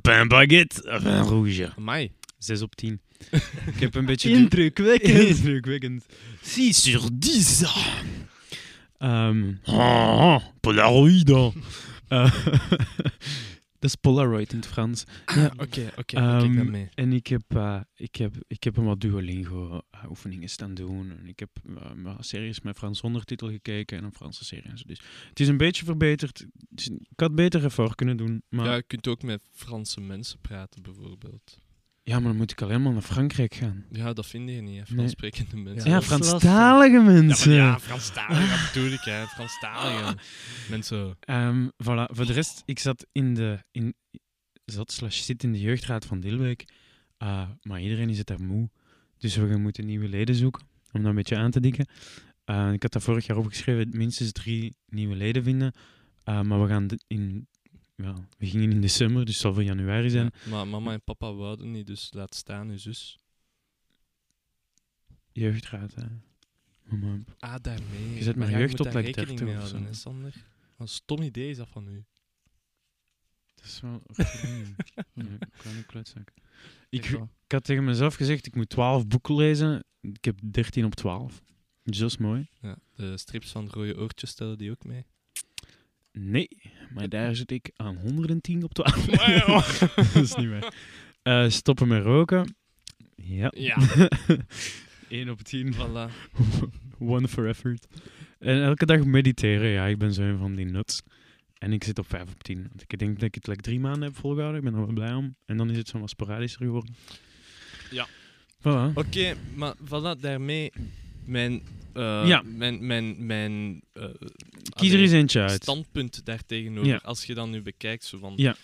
Speaker 1: Ben baguette, vin rouge.
Speaker 5: Amai.
Speaker 1: 6 op 10. ik heb een beetje... de-
Speaker 6: Indrukwekkend.
Speaker 1: Indrukwekkend. 6 sur 10. oh, Polaroid. Eh, dat is Polaroid in het Frans. Ja.
Speaker 5: Oké, oké,
Speaker 1: Ehm,
Speaker 5: kijk dan mee.
Speaker 1: En ik heb, eh, ik heb, ik heb een wat Duolingo-oefeningen staan doen. En ik heb eh, maar series met Frans ondertitel gekeken en een Franse serie. En zo. Dus het is een beetje verbeterd. Het is- Ik had beter ervoor kunnen doen. Maar,
Speaker 5: Ja,
Speaker 1: ja.
Speaker 5: je kunt ook met Franse mensen praten, bijvoorbeeld.
Speaker 1: maar dan moet ik alleen maar naar Frankrijk gaan.
Speaker 5: Ja, dat vind je niet, hè,
Speaker 1: Nee.
Speaker 5: Fransprekende
Speaker 1: Ja,
Speaker 5: mensen.
Speaker 6: dat is
Speaker 1: Franstalige mensen.
Speaker 5: Ja, Franstaligen, dat bedoel ik, hè. Franstaligen. Mensen.
Speaker 1: Ehm, voilà. Voor de rest, ik zat in de... In, zat slash zit in de jeugdraad van Dilbeek. Eh, maar iedereen is het daar moe. Dus we gaan moeten nieuwe leden zoeken. Om dat een beetje aan te dikken. Eh, ik had daar vorig jaar opgeschreven. Minstens drie nieuwe leden vinden. Eh, maar we gaan de- in... wel, we gingen in december, dus het zal voor januari zijn.
Speaker 5: Maar mama en papa wouden niet, dus laat staan je zus.
Speaker 1: Jeugdraad, hè. Mama,
Speaker 5: Ah, daarmee.
Speaker 1: Je zet mijn
Speaker 5: ja,
Speaker 1: jeugd
Speaker 5: moet
Speaker 1: op
Speaker 5: daar
Speaker 1: like
Speaker 5: rekening
Speaker 1: 30
Speaker 5: mee
Speaker 1: of
Speaker 5: houden,
Speaker 1: zo.
Speaker 5: hè, Sander. Wat een stom idee is dat van u.
Speaker 1: dat is wel... Ja, kleine klootzak. Ik, Ik had tegen mezelf gezegd, ik moet 12 boeken lezen. Ik heb 13 op 12. Dus dat is mooi.
Speaker 5: Ja, de strips van rode oortjes stellen die ook mee.
Speaker 1: Nee, maar daar zit ik aan 110 op 12. dat is niet waar. Eh, stoppen met roken. Ja.
Speaker 5: Ja.
Speaker 1: 1 op 10.
Speaker 5: Voilà.
Speaker 1: One for effort. En elke dag mediteren. Ja, ik ben zo een van die nuts. En ik zit op 5 op 10. Want ik denk dat ik het like, drie maanden heb volgehouden. Ik ben er wel blij om. En dan is het zo wat sporadischer geworden.
Speaker 5: Ja.
Speaker 1: Voilà.
Speaker 5: Oké, maar voilà, daarmee mijn... eh,
Speaker 1: Ja.
Speaker 5: Mijn, mijn, mijn eh,
Speaker 1: Kies er
Speaker 5: allee,
Speaker 1: eens eentje uit.
Speaker 5: standpunt daartegenover.
Speaker 1: Ja.
Speaker 5: Als je dan nu bekijkt, zo van
Speaker 1: Ja.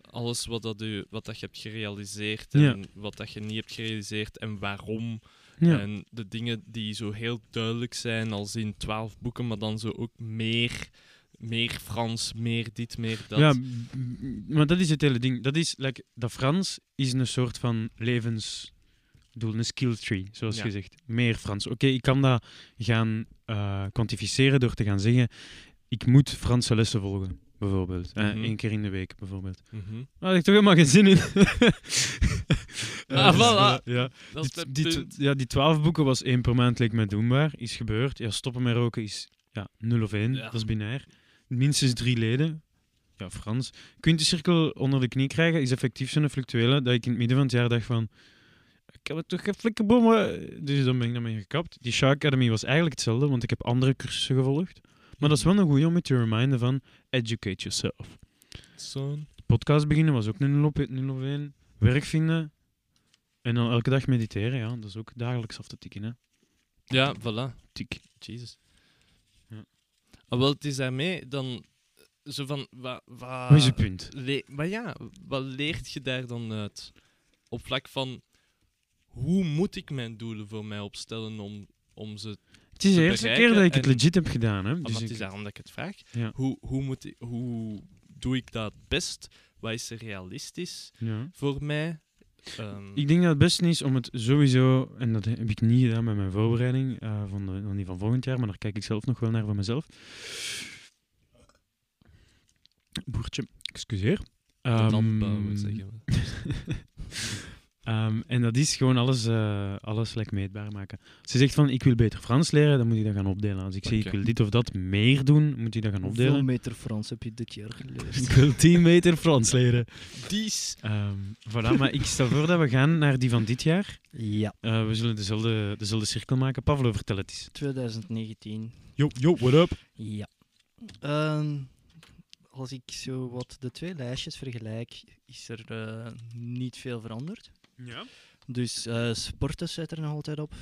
Speaker 5: alles wat, dat u, wat dat je hebt gerealiseerd en
Speaker 1: Ja.
Speaker 5: wat dat je niet hebt gerealiseerd en waarom.
Speaker 1: Ja.
Speaker 5: En de dingen die zo heel duidelijk zijn, als in twaalf boeken, maar dan zo ook meer, meer Frans, meer dit, meer dat.
Speaker 1: Ja, m- m- maar dat is het hele ding. Dat, is, like, dat Frans is een soort van levensdoel, een skill tree, zoals
Speaker 5: Ja.
Speaker 1: gezegd. Meer Frans. Oké, ik kan dat gaan eh, kwantificeren door te gaan zeggen, ik moet Franse lessen volgen, bijvoorbeeld. Eh,
Speaker 5: Mhm.
Speaker 1: Eén keer in de week, bijvoorbeeld.
Speaker 5: Mhm.
Speaker 1: Daar had ik toch helemaal geen zin in. Eh,
Speaker 5: Ah,
Speaker 1: dus,
Speaker 5: voilà.
Speaker 1: eh, Ja.
Speaker 5: Dat is
Speaker 1: Die-
Speaker 5: mijn
Speaker 1: die, tw-
Speaker 5: punt.
Speaker 1: ja, die twaalf boeken was één per maand, leek mij doenbaar. Is gebeurd. Ja, stoppen met roken is ja, nul of één.
Speaker 5: Ja.
Speaker 1: Dat is binair. Minstens drie leden. ja, Frans, kwintencirkel onder de knie krijgen is effectief zo'n fluctuele dat ik in het midden van het jaar dacht van, ik heb het toch geen flikkerbommen. Dus dan ben ik daarmee gekapt. Die Shark Academy was eigenlijk hetzelfde, want ik heb andere cursussen gevolgd. Maar dat is
Speaker 5: Hmm.
Speaker 1: wel een goeie om je te reminden van, educate yourself.
Speaker 5: Zo'n.
Speaker 1: Podcast beginnen was ook een 0 op 0 op 1. Werk vinden. En dan elke dag mediteren, ja. Dat is ook dagelijks af te tikken, hè.
Speaker 5: Ja, voilà.
Speaker 1: Tik.
Speaker 5: Jesus.
Speaker 1: Ja.
Speaker 5: Ah, wel, het is daarmee dan zo van. Wa, wa,
Speaker 1: Wat is je punt?
Speaker 5: le- maar ja, wat leert je daar dan uit? Op vlak van hoe moet ik mijn doelen voor mij opstellen om, om ze.
Speaker 1: Het is de
Speaker 5: te
Speaker 1: eerste keer
Speaker 5: bereiken
Speaker 1: dat ik het
Speaker 5: en-
Speaker 1: legit heb gedaan, hè.
Speaker 5: Dus
Speaker 1: Dus
Speaker 5: het is
Speaker 1: ik,
Speaker 5: daarom dat ik het vraag.
Speaker 1: Ja.
Speaker 5: Hoe, hoe, moet ik, hoe doe ik dat best? Wat is er realistisch
Speaker 1: ja.
Speaker 5: voor mij? Ehm,
Speaker 1: ik denk dat het beste is om het sowieso, en dat heb ik niet gedaan met mijn voorbereiding eh, van, de, van die van volgend jaar, maar daar kijk ik zelf nog wel naar van mezelf. Boertje, excuseer.
Speaker 5: de landbouwer
Speaker 1: Ehm,
Speaker 5: zeggen.
Speaker 1: Ehm, en dat is gewoon alles, eh, alles like, meetbaar maken. Als je zegt van ik wil beter Frans leren, dan moet je dat gaan opdelen. Als ik zeg
Speaker 5: Oké.
Speaker 1: ik wil dit of dat meer doen, moet je dat gaan
Speaker 6: Hoeveel
Speaker 1: opdelen.
Speaker 6: meter Frans heb je dit jaar
Speaker 1: Ik
Speaker 6: geleerd?
Speaker 1: wil 10 meter Frans leren.
Speaker 5: Die is
Speaker 1: Ehm voilà, maar ik stel voor dat we gaan naar die van dit jaar.
Speaker 6: ja,
Speaker 1: Eh, we zullen dezelfde, dezelfde cirkel maken. Pavlo, vertel het eens.
Speaker 6: 2019.
Speaker 1: Yo, yo, what up?
Speaker 6: Ja. Ehm, als ik zo wat de twee lijstjes vergelijk, is er eh, niet veel veranderd.
Speaker 1: Ja.
Speaker 6: Dus eh, sporten zit er nog altijd op.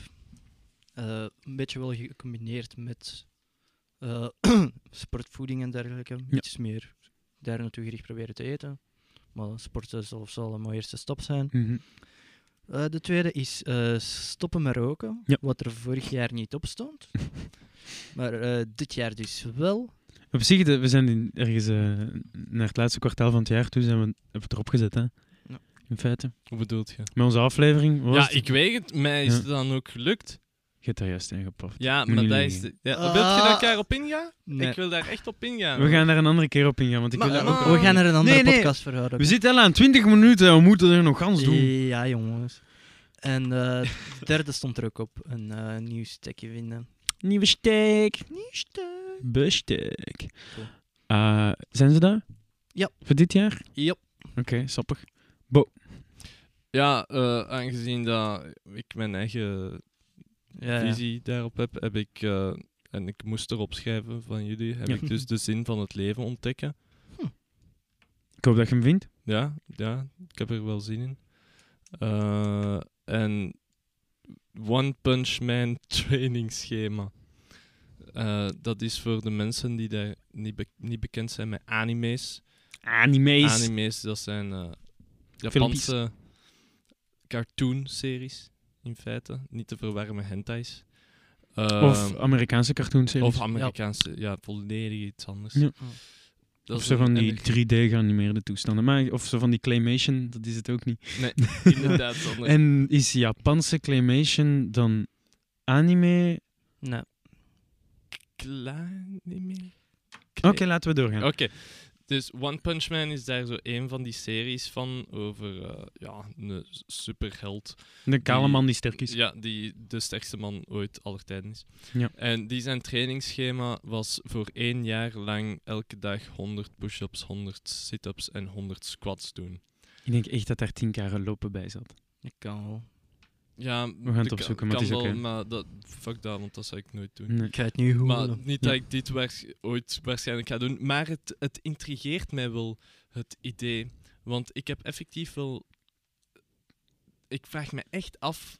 Speaker 6: Eh, een beetje wel gecombineerd met eh, sportvoeding en dergelijke.
Speaker 1: Ja.
Speaker 6: Iets meer daar naartoe gericht proberen te eten. Maar sporten zal, zal een mooie eerste stap zijn.
Speaker 1: Mhm.
Speaker 6: Eh, de tweede is eh, stoppen met roken.
Speaker 1: Ja.
Speaker 6: Wat er vorig jaar niet op stond. maar eh, dit jaar dus wel.
Speaker 1: Op zich, de- we zijn in- ergens eh, naar het laatste kwartaal van het jaar toe zijn we, hebben we het erop gezet, hè?
Speaker 6: Ja.
Speaker 1: In feite.
Speaker 5: Hoe bedoelt je?
Speaker 1: Met onze aflevering was
Speaker 5: Ja,
Speaker 1: het-
Speaker 5: ik weet het. Mij is
Speaker 1: Ja.
Speaker 5: het dan ook gelukt.
Speaker 1: Je hebt daar juist in gepaft.
Speaker 5: Ja,
Speaker 1: Moet
Speaker 5: maar
Speaker 1: niet
Speaker 5: dat is...
Speaker 1: liegen.
Speaker 5: de- ja,
Speaker 6: Ah.
Speaker 5: Wilt je dat ik daarop inga?
Speaker 6: Nee.
Speaker 5: Ik wil daar echt op ingaan.
Speaker 1: We gaan daar een andere keer op ingaan, want ik
Speaker 5: Maar-
Speaker 1: wil daar ook...
Speaker 5: maar-
Speaker 6: We gaan er een andere
Speaker 1: Nee, nee.
Speaker 6: podcast voor houden.
Speaker 1: We zitten al aan 20 minuten, we moeten er nog gans doen.
Speaker 6: Ja, jongens. En eh de derde stond er ook op. Een eh, nieuw stekje vinden.
Speaker 1: Nieuwe steek.
Speaker 6: Nieuw stek.
Speaker 1: Bestek.
Speaker 6: Cool.
Speaker 1: Eh, zijn ze daar?
Speaker 6: Ja.
Speaker 1: Voor dit jaar?
Speaker 6: Yep.
Speaker 1: Oké, sappig.
Speaker 5: Ja, eh, aangezien dat ik mijn eigen
Speaker 1: Eh.
Speaker 6: Ja, ja.
Speaker 5: visie daarop heb, heb ik... eh, en ik moest erop schrijven van jullie, heb
Speaker 1: Ja.
Speaker 5: ik dus de zin van het leven ontdekken.
Speaker 1: Ik hoop dat je hem vindt.
Speaker 5: Ja, ja, ik heb er wel zin in. Eh, en One Punch Man trainingsschema. Eh, dat is voor de mensen die daar niet, be- niet bekend zijn met anime's.
Speaker 1: Animees.
Speaker 5: Anime's, dat zijn eh, Japanse cartoon-series in feite. Niet te verwarren met hentais. Eh,
Speaker 1: Of Amerikaanse cartoonseries.
Speaker 5: of Amerikaanse, ja. volledig iets anders.
Speaker 1: Ja.
Speaker 5: Dat
Speaker 1: Of
Speaker 5: is
Speaker 1: zo
Speaker 5: een-
Speaker 1: van
Speaker 5: en
Speaker 1: die
Speaker 5: er-
Speaker 1: 3D-geanimeerde toestanden. Maar of zo van die claymation, dat is het ook niet.
Speaker 5: Nee, inderdaad. zonder-
Speaker 1: En is Japanse claymation dan anime?
Speaker 6: Nee.
Speaker 5: Klaar niet meer.
Speaker 1: Oké, laten we doorgaan.
Speaker 5: Oké. Dus One Punch Man is daar zo een van die series van over eh, ja, een superheld
Speaker 1: De kale
Speaker 5: die-
Speaker 1: man die sterk is.
Speaker 5: Ja, die de sterkste man ooit aller tijden is.
Speaker 1: Ja.
Speaker 5: En die zijn trainingsschema was voor één jaar lang elke dag 100 push-ups, 100 sit-ups en 100 squats doen.
Speaker 1: Ik denk echt dat daar 10 jaar lopen bij zat.
Speaker 6: Ik kan wel.
Speaker 5: Ja,
Speaker 1: gaan het opzoeken, maar het is oké.
Speaker 5: maar dat, fuck dat, want dat zou ik nooit doen.
Speaker 1: Nee.
Speaker 6: Ik ga het nu
Speaker 5: Maar
Speaker 6: googlen.
Speaker 5: niet
Speaker 1: Ja.
Speaker 5: dat ik dit waars- ooit waarschijnlijk ga doen. Maar het, het intrigeert mij wel, het idee. Want ik heb effectief wel... Ik vraag me echt af...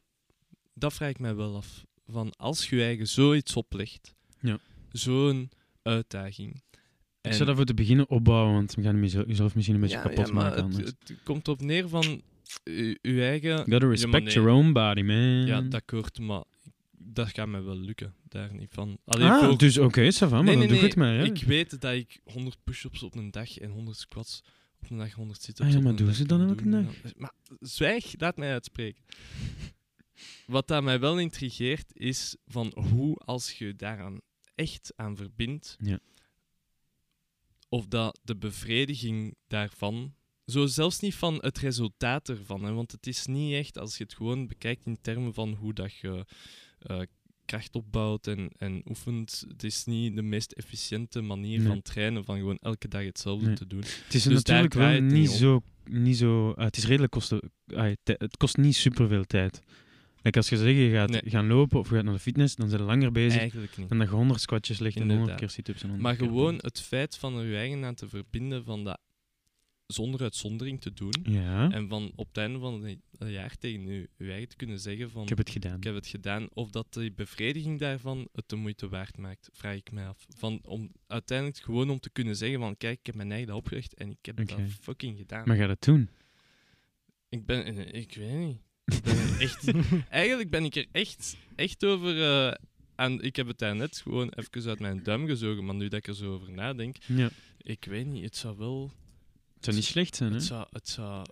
Speaker 5: Dat vraag ik mij wel af. Van als je eigen zoiets oplegt.
Speaker 1: Ja.
Speaker 5: Zo'n uitdaging.
Speaker 1: Ik zou dat voor te beginnen opbouwen, want we gaan hem jezelf- jezelf misschien een beetje
Speaker 5: ja,
Speaker 1: kapot
Speaker 5: ja, maar
Speaker 1: maken
Speaker 5: het,
Speaker 1: anders.
Speaker 5: het komt op neer van... Je eigen...
Speaker 1: You gotta respect
Speaker 5: maar nee.
Speaker 1: your own body, man.
Speaker 5: Ja, dat hoort, maar... Dat gaat mij wel lukken. Daar niet van. Alleen
Speaker 1: ah,
Speaker 5: voor
Speaker 1: dus oké, ça va, maar
Speaker 5: Nee,
Speaker 1: dan
Speaker 5: nee,
Speaker 1: doe ik
Speaker 5: nee,
Speaker 1: het maar. Hè.
Speaker 5: Ik weet dat ik 100 push-ups op een dag en 100 squats op een dag, 100 sit-ups.
Speaker 1: Ah ja,
Speaker 5: op
Speaker 1: maar
Speaker 5: een
Speaker 1: doe
Speaker 5: dag
Speaker 1: ze dan
Speaker 5: kan
Speaker 1: elke
Speaker 5: doen.
Speaker 1: dag?
Speaker 5: Ja, Maar zwijg, laat mij uitspreken. Wat dat mij wel intrigeert is van hoe als je daaraan echt aan verbindt,
Speaker 1: Ja.
Speaker 5: of dat de bevrediging daarvan, zo zelfs niet van het resultaat ervan, hè, want het is niet echt als je het gewoon bekijkt in termen van hoe dat je eh, kracht opbouwt en, en oefent. Het is niet de meest efficiënte manier
Speaker 1: Nee.
Speaker 5: van trainen, van gewoon elke dag hetzelfde
Speaker 1: Nee.
Speaker 5: te doen.
Speaker 1: Het is
Speaker 5: Dus
Speaker 1: natuurlijk
Speaker 5: daar draait
Speaker 1: wel
Speaker 5: het niet
Speaker 1: niet
Speaker 5: om.
Speaker 1: zo, niet zo... ah, het is redelijk kosten... ah, te- het kost niet superveel tijd. Like als je zegt, je gaat
Speaker 5: Nee.
Speaker 1: gaan lopen of je gaat naar de fitness, dan zijn ze langer bezig
Speaker 5: Eigenlijk niet.
Speaker 1: dan dat je 100 squatjes legt en 100
Speaker 5: Inderdaad.
Speaker 1: keer sit-ups. en 100
Speaker 5: Maar
Speaker 1: keer
Speaker 5: gewoon
Speaker 1: pull-ups.
Speaker 5: het feit van er je eigen aan te verbinden, van dat zonder uitzondering te doen.
Speaker 1: Ja,
Speaker 5: En van op het einde van het jaar tegen je, je eigen te kunnen zeggen van...
Speaker 1: ik heb het gedaan.
Speaker 5: ik heb het gedaan. Of dat de bevrediging daarvan het de moeite waard maakt, vraag ik mij af. Van, om, uiteindelijk gewoon om te kunnen zeggen van, kijk, ik heb mijn eigen opgericht en ik heb
Speaker 1: Oké.
Speaker 5: dat fucking gedaan.
Speaker 1: Maar ga dat doen.
Speaker 5: Ik ben, eh, ik weet niet. Ik ben er echt, eigenlijk ben ik er echt, echt over... eh, aan, ik heb het daar net gewoon even uit mijn duim gezogen, maar nu dat ik er zo over nadenk,
Speaker 1: Ja.
Speaker 5: ik weet niet, het zou wel...
Speaker 1: Het zou niet slecht zijn, hè?
Speaker 5: Het zou, het zou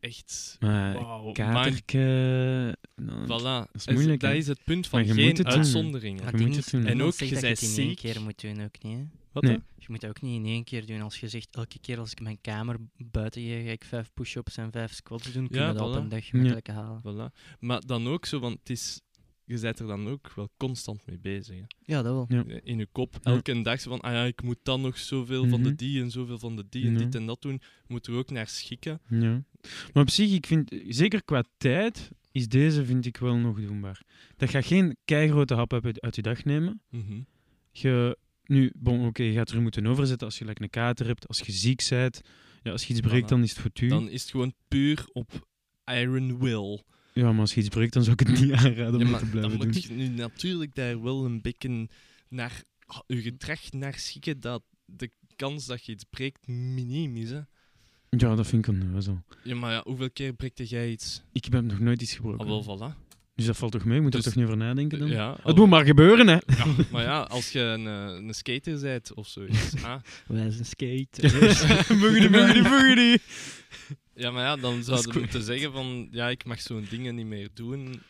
Speaker 5: echt...
Speaker 1: Maar
Speaker 5: Wow,
Speaker 1: katerke... nou,
Speaker 5: Voilà.
Speaker 1: is moeilijk,
Speaker 5: dat
Speaker 1: hè.
Speaker 5: is het
Speaker 1: Maar
Speaker 5: punt van
Speaker 1: je moet
Speaker 5: geen
Speaker 1: het doen.
Speaker 5: uitzonderingen.
Speaker 1: je moet het doen.
Speaker 5: En ook,
Speaker 6: zeg
Speaker 5: je
Speaker 6: dat
Speaker 5: zei
Speaker 6: je het in één
Speaker 5: ziek.
Speaker 6: keer moet doen, ook niet. Hè?
Speaker 5: Wat
Speaker 1: Nee.
Speaker 5: dan?
Speaker 6: Je moet dat ook niet in één keer doen. Als je zegt, elke keer als ik mijn kamer buiten ga, ga ik vijf push-ups en vijf squats doen, kun je
Speaker 5: Ja,
Speaker 6: dat op
Speaker 5: voilà.
Speaker 6: een dag
Speaker 1: Ja.
Speaker 6: gemakkelijk halen.
Speaker 5: Voilà. Maar dan ook zo, want het is, je bent er dan ook wel constant mee bezig. Hè.
Speaker 6: Ja, dat wel.
Speaker 5: In je kop, elke dag zo van, ah ja, ik moet dan nog zoveel van
Speaker 1: Mhm.
Speaker 5: de die en zoveel van de die en
Speaker 1: Ja.
Speaker 5: dit en dat doen. Je moet er ook naar schikken.
Speaker 1: Ja. Maar op zich, ik vind, zeker qua tijd, is deze vind ik wel nog doenbaar. Dat gaat geen keigrote hap uit, uit je dag nemen.
Speaker 5: Mhm.
Speaker 1: Je, nu, bon, oké, je gaat er moeten overzetten als je like, een kater hebt, als je ziek bent. Ja, als je iets breekt,
Speaker 5: Voilà.
Speaker 1: dan is het foutu.
Speaker 5: Dan is het gewoon puur op iron will.
Speaker 1: Ja, maar als je iets breekt, dan zou ik het niet aanraden om
Speaker 5: Ja,
Speaker 1: het
Speaker 5: maar
Speaker 1: te
Speaker 5: dan
Speaker 1: blijven doen.
Speaker 5: moet je nu natuurlijk daar wel een beetje naar, je gedrag naar schikken dat de kans dat je iets breekt miniem is. Hè.
Speaker 1: Ja, dat vind ik een zo.
Speaker 5: Ja, maar ja, hoeveel keer breekte jij iets?
Speaker 1: Ik heb nog nooit iets gebroken.
Speaker 5: Ah, wel, voilà.
Speaker 1: Dus dat valt toch mee? Je moet er
Speaker 5: Dus-
Speaker 1: toch niet over nadenken dan?
Speaker 5: Ja,
Speaker 1: Het moet maar gebeuren, hè.
Speaker 5: Ja, maar ja, als je een, eh, een skater bent of zoiets. Ah,
Speaker 6: Wij zijn skaters.
Speaker 1: Muggedy, muggedy, muggedy.
Speaker 5: ja, maar ja, dan zouden we
Speaker 1: Squirt.
Speaker 5: moeten zeggen van ja, ik mag zo'n dingen niet meer doen.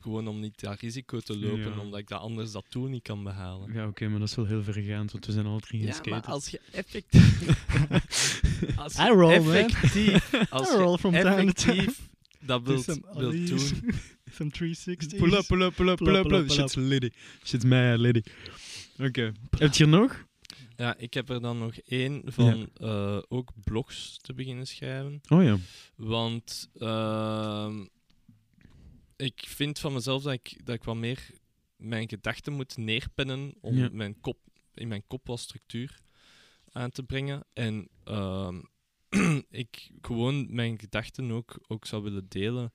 Speaker 5: Gewoon om niet dat risico te lopen,
Speaker 1: Ja.
Speaker 5: omdat ik dat anders dat doel niet kan behalen.
Speaker 1: Ja, oké, maar dat is wel heel vergaand, want we zijn alle drie geen
Speaker 5: Ja, maar
Speaker 1: skaters.
Speaker 5: als je effectief. als je
Speaker 6: I roll, man.
Speaker 5: effectief, Als
Speaker 6: I roll
Speaker 5: je
Speaker 6: from time to time.
Speaker 5: effectief dat wilt, wilt doen.
Speaker 6: Some 360.
Speaker 1: Pull up, pull up, pull up, pull up, pull up. Shit's lady. Shit's my lady. Oké. Heb je er nog?
Speaker 5: Ja, ik heb er dan nog één van eh, ook blogs te beginnen schrijven.
Speaker 1: Oh ja.
Speaker 5: Want ehm, ik vind van mezelf dat ik, dat ik wat meer mijn gedachten moet neerpennen om
Speaker 1: Ja.
Speaker 5: mijn kop, in mijn kop wat structuur aan te brengen. En ehm, ik gewoon mijn gedachten ook, ook zou willen delen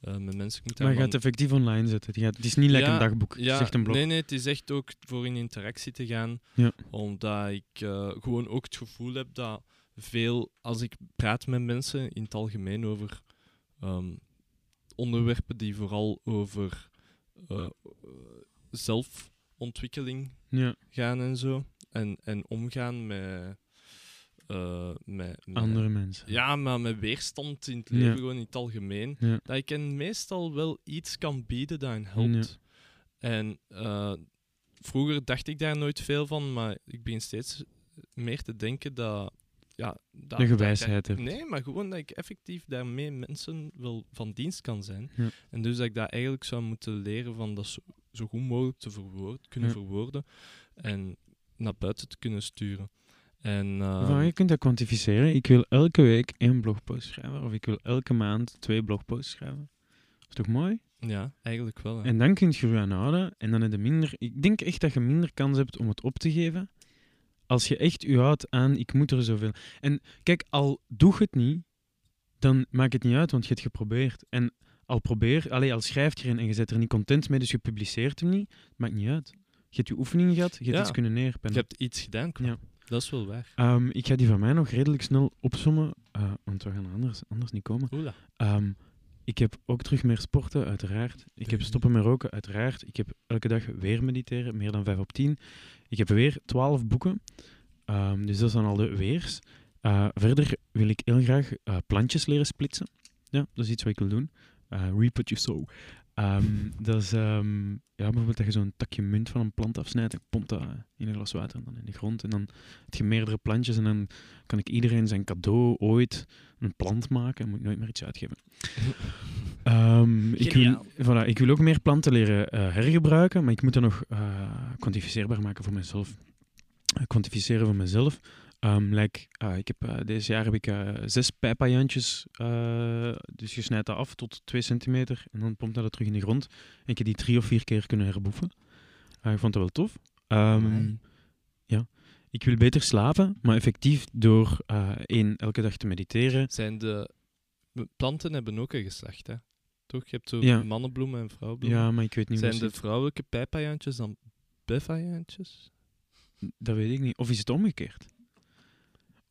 Speaker 5: eh, met mensen. Ik moet daar
Speaker 1: Maar je
Speaker 5: wel-
Speaker 1: gaat effectief online zetten. Die gaat- Het is niet lekker
Speaker 5: Ja,
Speaker 1: een dagboek.
Speaker 5: ja,
Speaker 1: het is echt een blog.
Speaker 5: Nee, nee, het is echt ook voor in interactie te gaan.
Speaker 1: Ja.
Speaker 5: Omdat ik eh, gewoon ook het gevoel heb dat veel, als ik praat met mensen in het algemeen over ehm, onderwerpen die vooral over eh, zelfontwikkeling
Speaker 1: Ja,
Speaker 5: gaan en zo. En, en omgaan met, eh, met, met
Speaker 1: andere mensen.
Speaker 5: ja, maar met weerstand in het leven,
Speaker 1: Ja.
Speaker 5: gewoon in het algemeen.
Speaker 1: Ja.
Speaker 5: Dat ik hen meestal wel iets kan bieden dat hen helpt. En eh, vroeger dacht ik daar nooit veel van, maar ik begin steeds meer te denken dat... Ja, dat
Speaker 1: De
Speaker 5: dat-
Speaker 1: gewijsheid
Speaker 5: dat-
Speaker 1: hebt.
Speaker 5: Nee, maar gewoon dat ik effectief daarmee mensen wel van dienst kan zijn.
Speaker 1: Ja.
Speaker 5: En dus dat ik dat eigenlijk zou moeten leren van dat zo, zo goed mogelijk te verwoord, kunnen
Speaker 1: Ja.
Speaker 5: verwoorden en naar buiten te kunnen sturen. En, eh,
Speaker 1: Van, je kunt dat kwantificeren. Ik wil elke week één blogpost schrijven. Of ik wil elke maand twee blogposts schrijven. Dat is toch mooi?
Speaker 5: ja, eigenlijk wel. hè.
Speaker 1: En dan kun je je aan houden. En dan heb je minder... Ik denk echt dat je minder kans hebt om het op te geven. Als je echt je houdt aan, ik moet er zoveel. En kijk, al doe je het niet, dan maakt het niet uit, want je hebt geprobeerd. En al probeer, allee, al schrijft je erin en je zet er niet content mee, dus je publiceert hem niet, maakt niet uit. Je hebt je oefening gehad, je hebt
Speaker 5: Ja.
Speaker 1: iets kunnen
Speaker 5: Je
Speaker 1: neerpennen.
Speaker 5: hebt iets gedaan, Kwam.
Speaker 1: Ja.
Speaker 5: Dat is wel waar.
Speaker 1: Ehm, ik ga die van mij nog redelijk snel opzommen, eh, want we gaan anders, anders niet komen.
Speaker 5: Oela.
Speaker 1: Ehm, ik heb ook terug meer sporten, uiteraard. Ik heb stoppen met roken, uiteraard. Ik heb elke dag weer mediteren, meer dan 5 op 10. Ik heb weer 12 boeken. Ehm, dus dat zijn al de weers. Eh, verder wil ik heel graag eh, plantjes leren splitsen. Ja, dat is iets wat ik wil doen. Eh reap what you sow. Ehm, dat is ehm, ja, bijvoorbeeld dat je zo'n takje munt van een plant afsnijdt. Ik pomp dat eh, in een glas water en dan in de grond. En dan heb je meerdere plantjes. En dan kan ik iedereen zijn cadeau ooit een plant maken. En moet ik nooit meer iets uitgeven. Ehm, ik, wil,
Speaker 6: Geniaal.
Speaker 1: voilà, ik wil ook meer planten leren eh, hergebruiken, maar ik moet dat nog eh, kwantificeerbaar maken voor mezelf. Eh, kwantificeren voor mezelf. Ehm, like, ah, ik heb, eh, deze jaar heb ik eh, zes pijpajantjes, eh, dus je snijdt dat af tot 2 centimeter en dan pompt dat dat terug in de grond. En ik heb die drie of vier keer kunnen herboeven. Ah, ik vond dat wel tof. Ehm,
Speaker 6: Amai.
Speaker 1: ja. Ik wil beter slapen, maar effectief door eh, één, elke dag te mediteren.
Speaker 5: Zijn de planten hebben ook een geslacht, hè? Toch? Je hebt zo
Speaker 1: Ja.
Speaker 5: mannenbloemen en vrouwenbloemen.
Speaker 1: Ja, maar ik weet niet
Speaker 5: Zijn
Speaker 1: hoe
Speaker 5: de vrouwelijke pijpajantjes dan beffajantjes?
Speaker 1: Dat weet ik niet. Of is het omgekeerd?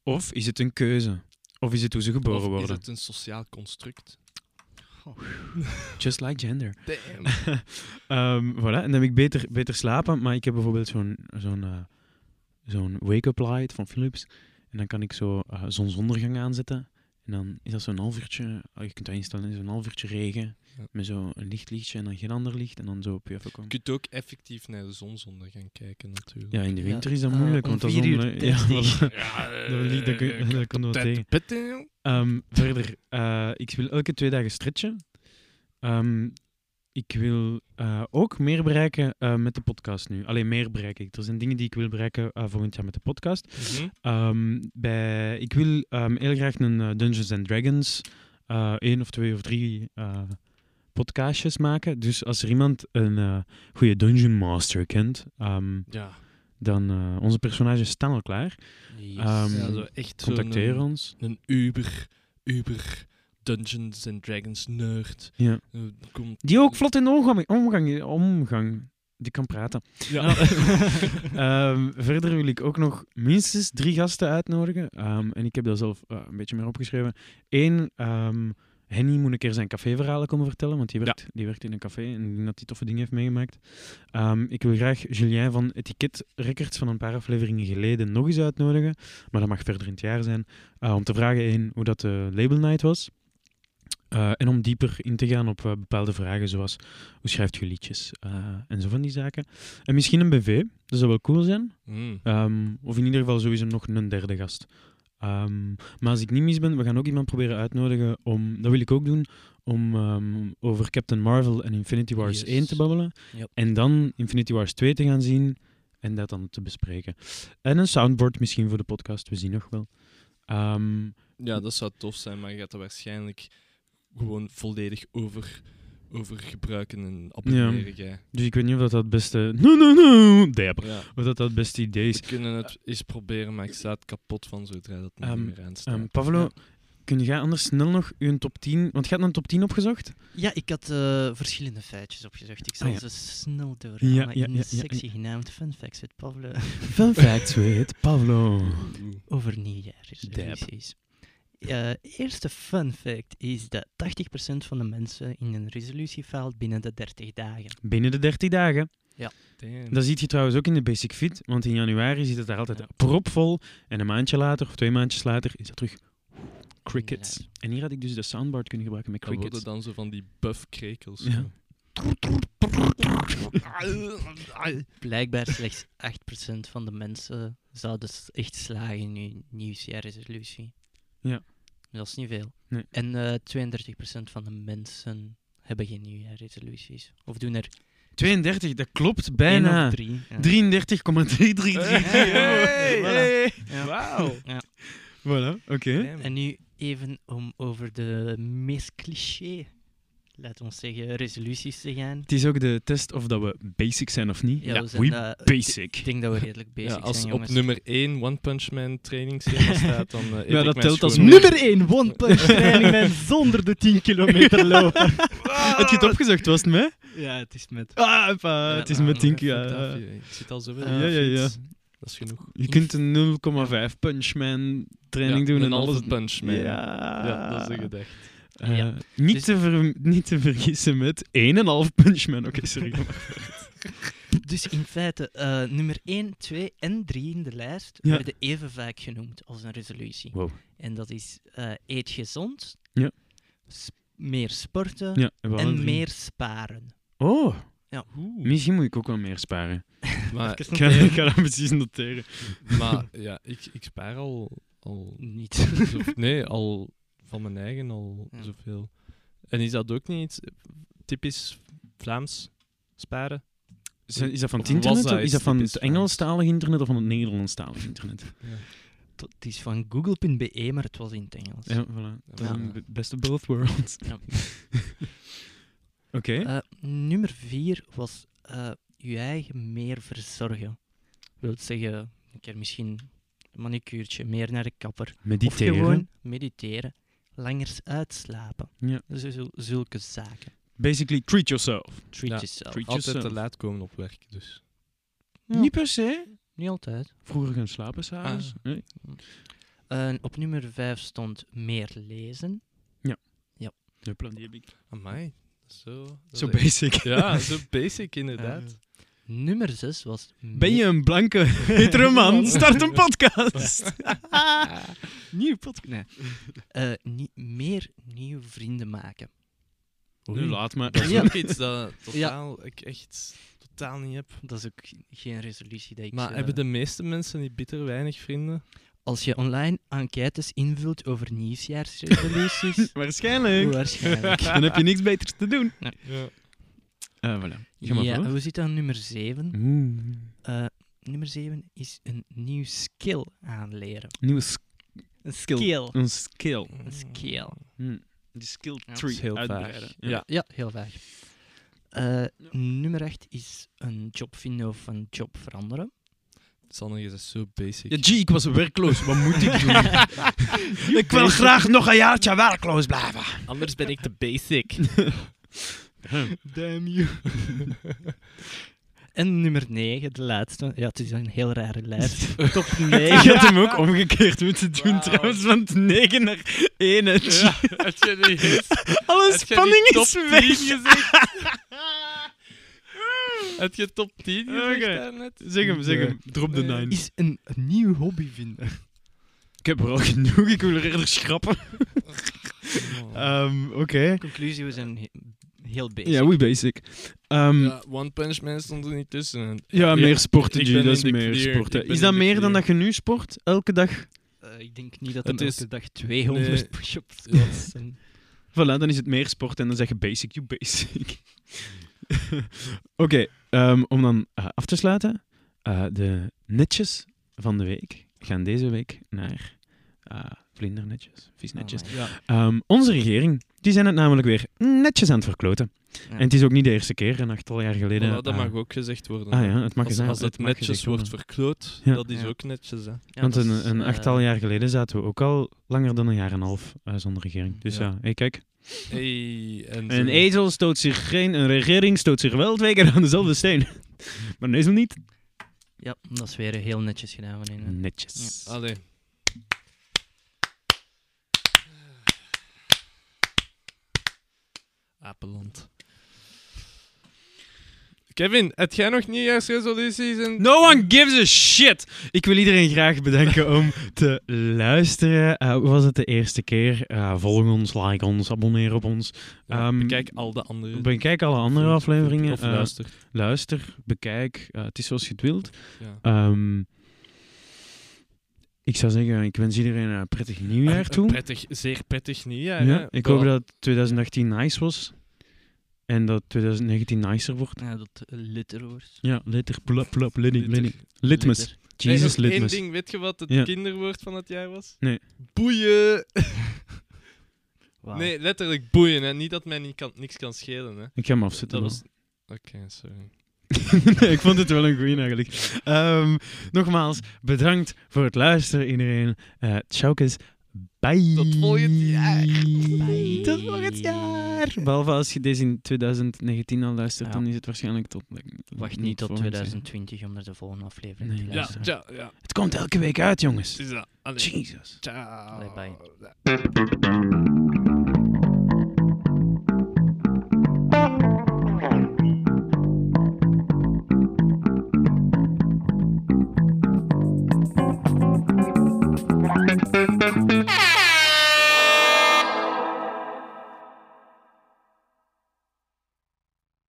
Speaker 1: Of is het een keuze? Of is het hoe ze geboren
Speaker 5: Of is
Speaker 1: worden?
Speaker 5: het een sociaal construct?
Speaker 1: Just like gender.
Speaker 5: Damn.
Speaker 1: Ehm, voilà, en dan heb ik beter, beter slapen. Maar ik heb bijvoorbeeld zo'n zo'n eh, zo'n wake-up light van Philips. En dan kan ik zo eh, zonsondergang aanzetten. En dan is dat zo'n half uurtje, ah, je kunt dat instellen, is zo'n half uurtje regen.
Speaker 5: Ja.
Speaker 1: Met zo'n lichtlichtje en dan geen ander licht. En dan zo op je even komen.
Speaker 5: Je kunt ook effectief naar de zonsondergang gaan kijken, natuurlijk.
Speaker 1: Ja, in de
Speaker 6: Ja,
Speaker 1: winter is dat
Speaker 6: eh,
Speaker 1: moeilijk,
Speaker 6: om
Speaker 1: want dat is
Speaker 6: vier uur
Speaker 1: Ja,
Speaker 6: dertig.
Speaker 1: voilà. dat, licht, dat,
Speaker 6: Eh,
Speaker 1: kun, dat komt wel tegen. Ehm, verder, eh, ik wil elke twee dagen stretchen. Ehm, ik wil eh, ook meer bereiken eh, met de podcast nu. Alleen meer bereik ik. Er zijn dingen die ik wil bereiken eh, volgend jaar met de podcast. Ehm, bij, ik wil ehm, heel graag een eh, Dungeons and Dragons eh één of twee of drie eh, podcastjes maken. Dus als er iemand een eh, goede Dungeon Master kent, ehm,
Speaker 5: Ja.
Speaker 1: dan eh, onze personages staan al klaar. Ehm,
Speaker 5: ja, zo echt zo'n,
Speaker 1: Contacteer
Speaker 5: eh,
Speaker 1: ons.
Speaker 5: Een uber, uber Dungeons and Dragons nerd.
Speaker 1: Ja.
Speaker 5: Eh, Komt...
Speaker 1: Die ook vlot in de omgang, omgang, omgang die kan praten.
Speaker 5: Ja.
Speaker 1: Ehm, verder wil ik ook nog minstens drie gasten uitnodigen. Ehm, en ik heb dat zelf eh, een beetje meer opgeschreven. Eén, ehm, Henny moet een keer zijn caféverhalen komen vertellen, want die werkt, die werkt in een café en ik denk dat hij toffe dingen heeft meegemaakt. Ehm, ik wil graag Julien van Etiquette Records van een paar afleveringen geleden nog eens uitnodigen. Maar dat mag verder in het jaar zijn. eh, om te vragen één, hoe dat de label night was. Eh, en om dieper in te gaan op eh, bepaalde vragen zoals hoe schrijft je liedjes Eh, en zo van die zaken. En misschien een BV, dat zou wel cool zijn.
Speaker 5: Mm.
Speaker 1: Ehm, of in ieder geval sowieso nog een derde gast. Ehm, maar als ik niet mis ben, we gaan ook iemand proberen uitnodigen om, dat wil ik ook doen, om ehm, over Captain Marvel en Infinity Wars
Speaker 5: Yes.
Speaker 1: 1 te babbelen.
Speaker 6: Yep.
Speaker 1: En dan Infinity Wars 2 te gaan zien en dat dan te bespreken. En een soundboard misschien voor de podcast, we zien nog wel. Ehm,
Speaker 5: Ja, dat zou tof zijn, maar je gaat dat waarschijnlijk gewoon volledig over, over gebruiken en abonneren. jij.
Speaker 1: dus ik weet niet of dat het beste... No, no, no! Dab.
Speaker 5: Ja.
Speaker 1: Of dat dat het beste idee is.
Speaker 5: We kunnen het eens proberen, maar ik sta het kapot van zodra dat er
Speaker 1: Ehm,
Speaker 5: niet meer aan staat.
Speaker 1: Ehm, Pavlo,
Speaker 5: Ja.
Speaker 1: kun jij anders snel nog uw top 10... Want je had een top 10 opgezocht?
Speaker 6: Ja, ik had eh, verschillende feitjes opgezocht. Ik zal
Speaker 1: Ah, ja.
Speaker 6: ze snel door.
Speaker 1: Ja,
Speaker 6: maar
Speaker 1: ja,
Speaker 6: in
Speaker 1: ja,
Speaker 6: de
Speaker 1: ja, ja.
Speaker 6: sectie genaamd Fun Facts met Pavlo
Speaker 1: Fun facts with Pavlo.
Speaker 6: over nieuwjaarsresoluties. Eh eerste fun fact is dat 80% van de mensen in een resolutie faalt binnen de 30 dagen.
Speaker 1: Binnen de 30 dagen.
Speaker 5: Damn.
Speaker 1: Dat ziet je trouwens ook in de Basic Fit, want in januari zit het daar altijd
Speaker 5: Ja.
Speaker 1: propvol. En een maandje later, of twee maandjes later, is dat terug crickets.
Speaker 6: Inderdaad.
Speaker 1: En hier had ik dus de soundboard kunnen gebruiken met
Speaker 5: Dat worden
Speaker 1: crickets.
Speaker 5: dan zo van die buff krekels.
Speaker 1: Ja. eh,
Speaker 6: Blijkbaar slechts 8% van de mensen zouden s- echt slagen in hun nieuwsjaarresolutie.
Speaker 1: Ja.
Speaker 6: Dat is niet veel.
Speaker 1: Nee.
Speaker 6: En eh 32% van de mensen hebben geen nieuwjaarresoluties. Of doen er
Speaker 1: 32, dat klopt
Speaker 6: één
Speaker 1: bijna.
Speaker 6: of drie. Ja.
Speaker 1: 33,333.
Speaker 5: Hey,
Speaker 6: Voilà.
Speaker 5: hey.
Speaker 6: Ja.
Speaker 5: Wauw.
Speaker 1: Voilà, oké.
Speaker 6: En nu even om over de meest cliché, laten we zeggen, resoluties te gaan.
Speaker 1: Het is ook de test of dat we basic zijn of niet.
Speaker 6: Ja, we zijn,
Speaker 1: we
Speaker 6: eh,
Speaker 1: basic.
Speaker 6: Ik denk dat we redelijk bezig
Speaker 5: Ja, als
Speaker 6: zijn,
Speaker 5: op
Speaker 6: jongens.
Speaker 5: nummer 1 One Punch Man trainingsschema staat, dan eh, eet
Speaker 1: Ja,
Speaker 5: ik
Speaker 1: dat
Speaker 5: mijn
Speaker 1: telt als
Speaker 5: schoenen op.
Speaker 6: 1, One Punch Training Man zonder de 10 kilometer lopen.
Speaker 1: Had je het opgezocht, was het ah, me?
Speaker 6: ja, het is met...
Speaker 1: Ah, pa,
Speaker 6: Ja,
Speaker 1: het is
Speaker 6: nou,
Speaker 1: met 10
Speaker 5: Fuck dat,
Speaker 1: keer.
Speaker 5: je- Ik zit al zo wel.
Speaker 1: Ja, ja, ja.
Speaker 5: Dat is genoeg.
Speaker 1: Je kunt een 0,5 punchman training
Speaker 5: Ja,
Speaker 1: doen en
Speaker 5: een halve
Speaker 1: alles.
Speaker 5: punch man. Ja.
Speaker 1: Ja.
Speaker 5: dat is de gedachte.
Speaker 1: Eh,
Speaker 6: Ja.
Speaker 1: niet,
Speaker 6: Dus-
Speaker 1: te ver- niet te vergissen met 1,5 punchman. Oké, sorry.
Speaker 6: Dus in feite, eh, nummer 1, 2 en 3 in de lijst
Speaker 1: Ja.
Speaker 6: werden even vaak genoemd als een resolutie.
Speaker 1: Wow.
Speaker 6: En dat is eh, eet gezond,
Speaker 1: Ja.
Speaker 6: s- meer sporten
Speaker 1: Ja, we hadden
Speaker 6: en
Speaker 1: drie.
Speaker 6: meer sparen.
Speaker 1: Oh,
Speaker 5: Oeh.
Speaker 1: misschien moet ik ook wel meer sparen.
Speaker 5: Maar,
Speaker 6: Even
Speaker 1: Ik ga,
Speaker 6: noteren.
Speaker 1: ik ga dat precies noteren.
Speaker 5: maar ja, ik, ik spaar al, al
Speaker 6: Niet.
Speaker 5: zo- nee, al van mijn eigen al
Speaker 6: Ja.
Speaker 5: zoveel. En is dat ook niet iets typisch Vlaams sparen?
Speaker 1: Is, dat- is dat van het
Speaker 5: Of was
Speaker 1: internet?
Speaker 5: dat
Speaker 1: of is
Speaker 5: iets
Speaker 1: dat van
Speaker 5: typisch
Speaker 1: het Engelstalig internet of van het Nederlandstalig internet?
Speaker 6: T- Het is van google.be, maar het was in het Engels.
Speaker 1: Ja, voilà. Dat is
Speaker 5: Ja.
Speaker 1: een b- Best of both worlds.
Speaker 6: Ja.
Speaker 1: Oké.
Speaker 6: Eh, nummer vier was eh, je eigen meer verzorgen. Wil zeggen, een keer misschien een manicuurtje, meer naar de kapper.
Speaker 1: Mediteren.
Speaker 6: Of gewoon mediteren, langer uitslapen.
Speaker 1: Ja.
Speaker 6: Dus zul- zulke zaken.
Speaker 1: Basically, treat yourself.
Speaker 6: Treat
Speaker 5: Ja,
Speaker 6: yourself.
Speaker 1: treat-
Speaker 5: Altijd
Speaker 1: Jezelf.
Speaker 5: te laat komen op werk, dus.
Speaker 6: Ja.
Speaker 1: Niet per se.
Speaker 6: Niet altijd.
Speaker 1: Vroeger gaan slapen s'avonds.
Speaker 5: Ah.
Speaker 1: Nee.
Speaker 6: En Eh, op nummer 5 stond meer lezen.
Speaker 1: Huppla, die heb ik.
Speaker 5: Amai. Zo, dat
Speaker 1: Zo
Speaker 5: is echt-
Speaker 1: basic.
Speaker 5: Ja, zo basic inderdaad.
Speaker 6: Nummer 6 was.
Speaker 1: Ben je een blanke hetero man? Start een podcast. Nieuwe podcast. Nee.
Speaker 6: eh, nie- meer nieuwe vrienden maken.
Speaker 1: Nu laat maar.
Speaker 5: Dat is
Speaker 6: Ja.
Speaker 5: ook iets dat totaal, ik echt totaal niet heb.
Speaker 6: Dat is ook ge- geen resolutie die ik.
Speaker 5: Maar
Speaker 6: eh,
Speaker 5: hebben de meeste mensen niet bitter weinig vrienden?
Speaker 6: Als je online enquêtes invult over nieuwsjaarsresoluties.
Speaker 1: Waarschijnlijk.
Speaker 6: waarschijnlijk.
Speaker 1: Dan heb je niks beters te doen.
Speaker 5: Ja.
Speaker 1: Eh voilà. Ga maar
Speaker 6: Ja,
Speaker 1: door.
Speaker 6: hoe zit dat aan nummer 7?
Speaker 1: Oeh.
Speaker 6: Eh, nummer 7 is een nieuw skill aanleren.
Speaker 1: Nieuwe sk-
Speaker 6: Een
Speaker 1: Skill.
Speaker 6: Skill.
Speaker 1: een skill.
Speaker 6: Een skill.
Speaker 1: Hm. Die skill
Speaker 6: Ja.
Speaker 5: Dat is
Speaker 1: tree
Speaker 5: heel
Speaker 1: uitbreiden.
Speaker 5: vaag. Ja.
Speaker 6: Ja, heel vaag. Eh, Nummer 8 is een job vinden of een job veranderen.
Speaker 5: Sanne, je bent zo basic.
Speaker 1: Ja, G, ik was werkloos. Wat moet ik doen? ik wil graag nog een jaartje werkloos blijven.
Speaker 5: Anders ben ik te basic.
Speaker 1: Damn you.
Speaker 6: En nummer 9, de laatste. Ja, het is een heel rare lijst. Top
Speaker 1: Je
Speaker 6: 9.
Speaker 1: had hem ook omgekeerd moeten doen
Speaker 5: Wauw.
Speaker 1: trouwens, van 9 naar 1. hè, G.
Speaker 5: Als je niet eens-
Speaker 1: Alle
Speaker 5: had jij die
Speaker 1: spanning
Speaker 5: top
Speaker 1: is
Speaker 5: 10
Speaker 1: weg.
Speaker 5: gezegd? Had je top 10 gezegd
Speaker 1: Oké.
Speaker 5: daarnet?
Speaker 1: Zeg hem, zeg hem. Drop de
Speaker 5: Nee.
Speaker 1: 9.
Speaker 6: Is een nieuw hobby vinden.
Speaker 1: Ik heb er al genoeg, ik wil er eerder schrappen.
Speaker 5: Oh.
Speaker 1: Eh, Ehm, Oké.
Speaker 6: Conclusie, we zijn he- heel bezig.
Speaker 1: Ja, we basic. Ehm, ja.
Speaker 5: Ja, One Punch Man stond er niet tussen.
Speaker 1: meer sporten,
Speaker 5: ik
Speaker 1: G,
Speaker 5: ben
Speaker 1: dat
Speaker 5: in
Speaker 1: is
Speaker 5: de
Speaker 1: meer
Speaker 5: clear,
Speaker 1: sporten.
Speaker 5: ik ben
Speaker 1: Is dat
Speaker 5: in de
Speaker 1: meer dan
Speaker 5: clear.
Speaker 1: dat je nu sport? Elke dag?
Speaker 6: Eh, ik denk niet dat
Speaker 5: Het
Speaker 6: het
Speaker 5: is-
Speaker 6: elke dag 200
Speaker 5: Nee.
Speaker 6: push-ups
Speaker 5: Ja.
Speaker 6: was. En-
Speaker 1: Voilà, dan is het meer sport en dan zeg je basic, you basic. Oké, ehm, om dan eh, af te sluiten. eh, de netjes van de week gaan deze week naar eh, vlindernetjes, visnetjes.
Speaker 6: Oh my.
Speaker 5: Ja.
Speaker 1: Ehm, onze regering, die zijn het namelijk weer netjes aan het verkloten.
Speaker 6: Ja.
Speaker 1: En het is ook niet de eerste keer, een achttal jaar geleden.
Speaker 5: dat
Speaker 1: eh,
Speaker 5: mag ook gezegd worden.
Speaker 1: Ah ja, het mag
Speaker 5: als,
Speaker 1: gezegd-
Speaker 5: als het,
Speaker 1: het mag
Speaker 5: netjes
Speaker 1: gezegd
Speaker 5: wordt
Speaker 1: worden.
Speaker 5: verkloot,
Speaker 1: Ja.
Speaker 5: dat is
Speaker 6: Ja.
Speaker 5: ook netjes. Hè.
Speaker 6: Ja,
Speaker 1: Want
Speaker 6: dat
Speaker 1: een,
Speaker 6: is,
Speaker 1: een
Speaker 6: eh,
Speaker 1: achttal jaar geleden zaten we ook al langer dan een jaar en een half eh, zonder regering. Dus ja,
Speaker 5: Ja.
Speaker 1: hey, kijk.
Speaker 5: Hey, en
Speaker 1: Een
Speaker 5: zo.
Speaker 1: ezel stoot zich geen, een regering stoot zich wel twee keer aan dezelfde steen. Maar een ezel niet.
Speaker 6: Ja, dat is weer heel netjes gedaan van
Speaker 1: Mm.
Speaker 6: hen.
Speaker 1: Netjes.
Speaker 5: Allee. Apeland. Kevin, heb jij nog nieuwjaarsresoluties? En...
Speaker 1: No one gives a shit. Ik wil iedereen graag bedanken om te luisteren. Eh, Hoe was het de eerste keer? Eh, volg ons, like ons, abonneer op ons.
Speaker 5: Ja,
Speaker 1: Ehm,
Speaker 5: bekijk al de andere.
Speaker 1: Bekijk alle andere
Speaker 5: Of-
Speaker 1: afleveringen.
Speaker 5: Of
Speaker 1: Eh,
Speaker 5: luister.
Speaker 1: luister, bekijk. Eh, het is zoals je het wilt.
Speaker 5: Ja.
Speaker 1: Ehm, ik zou zeggen, ik wens iedereen eh, een prettig nieuwjaar
Speaker 5: Een
Speaker 1: toe.
Speaker 5: Prettig, zeer prettig nieuwjaar. hè.
Speaker 1: ja, ik hoop
Speaker 5: Wel,
Speaker 1: dat 2018 nice was. En dat 2019 nicer wordt.
Speaker 6: Ja, Eh, dat litter wordt.
Speaker 1: Ja, litter, plop, plop, liddy,
Speaker 5: dit-
Speaker 1: liddy. Litmus.
Speaker 6: Litter.
Speaker 1: Jesus,
Speaker 5: Hey, nog één
Speaker 1: litmus.
Speaker 5: ding, weet je wat het
Speaker 1: Ja.
Speaker 5: kinderwoord van het jaar was?
Speaker 1: Nee.
Speaker 5: Boeien!
Speaker 6: Wauw.
Speaker 5: Nee, letterlijk boeien. Hè. Niet dat mij niet kan, niks kan schelen. Hè.
Speaker 1: Ik ga hem afzetten.
Speaker 5: Dat
Speaker 1: wel.
Speaker 5: was... Oké, sorry.
Speaker 1: Nee, ik vond het wel een goeie eigenlijk. Ehm, nogmaals, bedankt voor het luisteren iedereen. Eh tjaukes, bye.
Speaker 5: Tot volgend jaar.
Speaker 6: Bye.
Speaker 1: Tot volgend jaar. Behalve als je deze in 2019 al luistert,
Speaker 6: Ja.
Speaker 1: dan is het waarschijnlijk tot...
Speaker 6: Wacht niet tot
Speaker 1: volgend jaar.
Speaker 6: 2020 om naar de volgende aflevering
Speaker 1: Nee.
Speaker 6: te
Speaker 1: Ja,
Speaker 5: Ja,
Speaker 6: luisteren.
Speaker 5: ja, ja.
Speaker 1: Het komt elke week uit, jongens.
Speaker 5: Het is dat. Allee,
Speaker 1: Jesus.
Speaker 5: ciao.
Speaker 6: Allee,
Speaker 5: bye.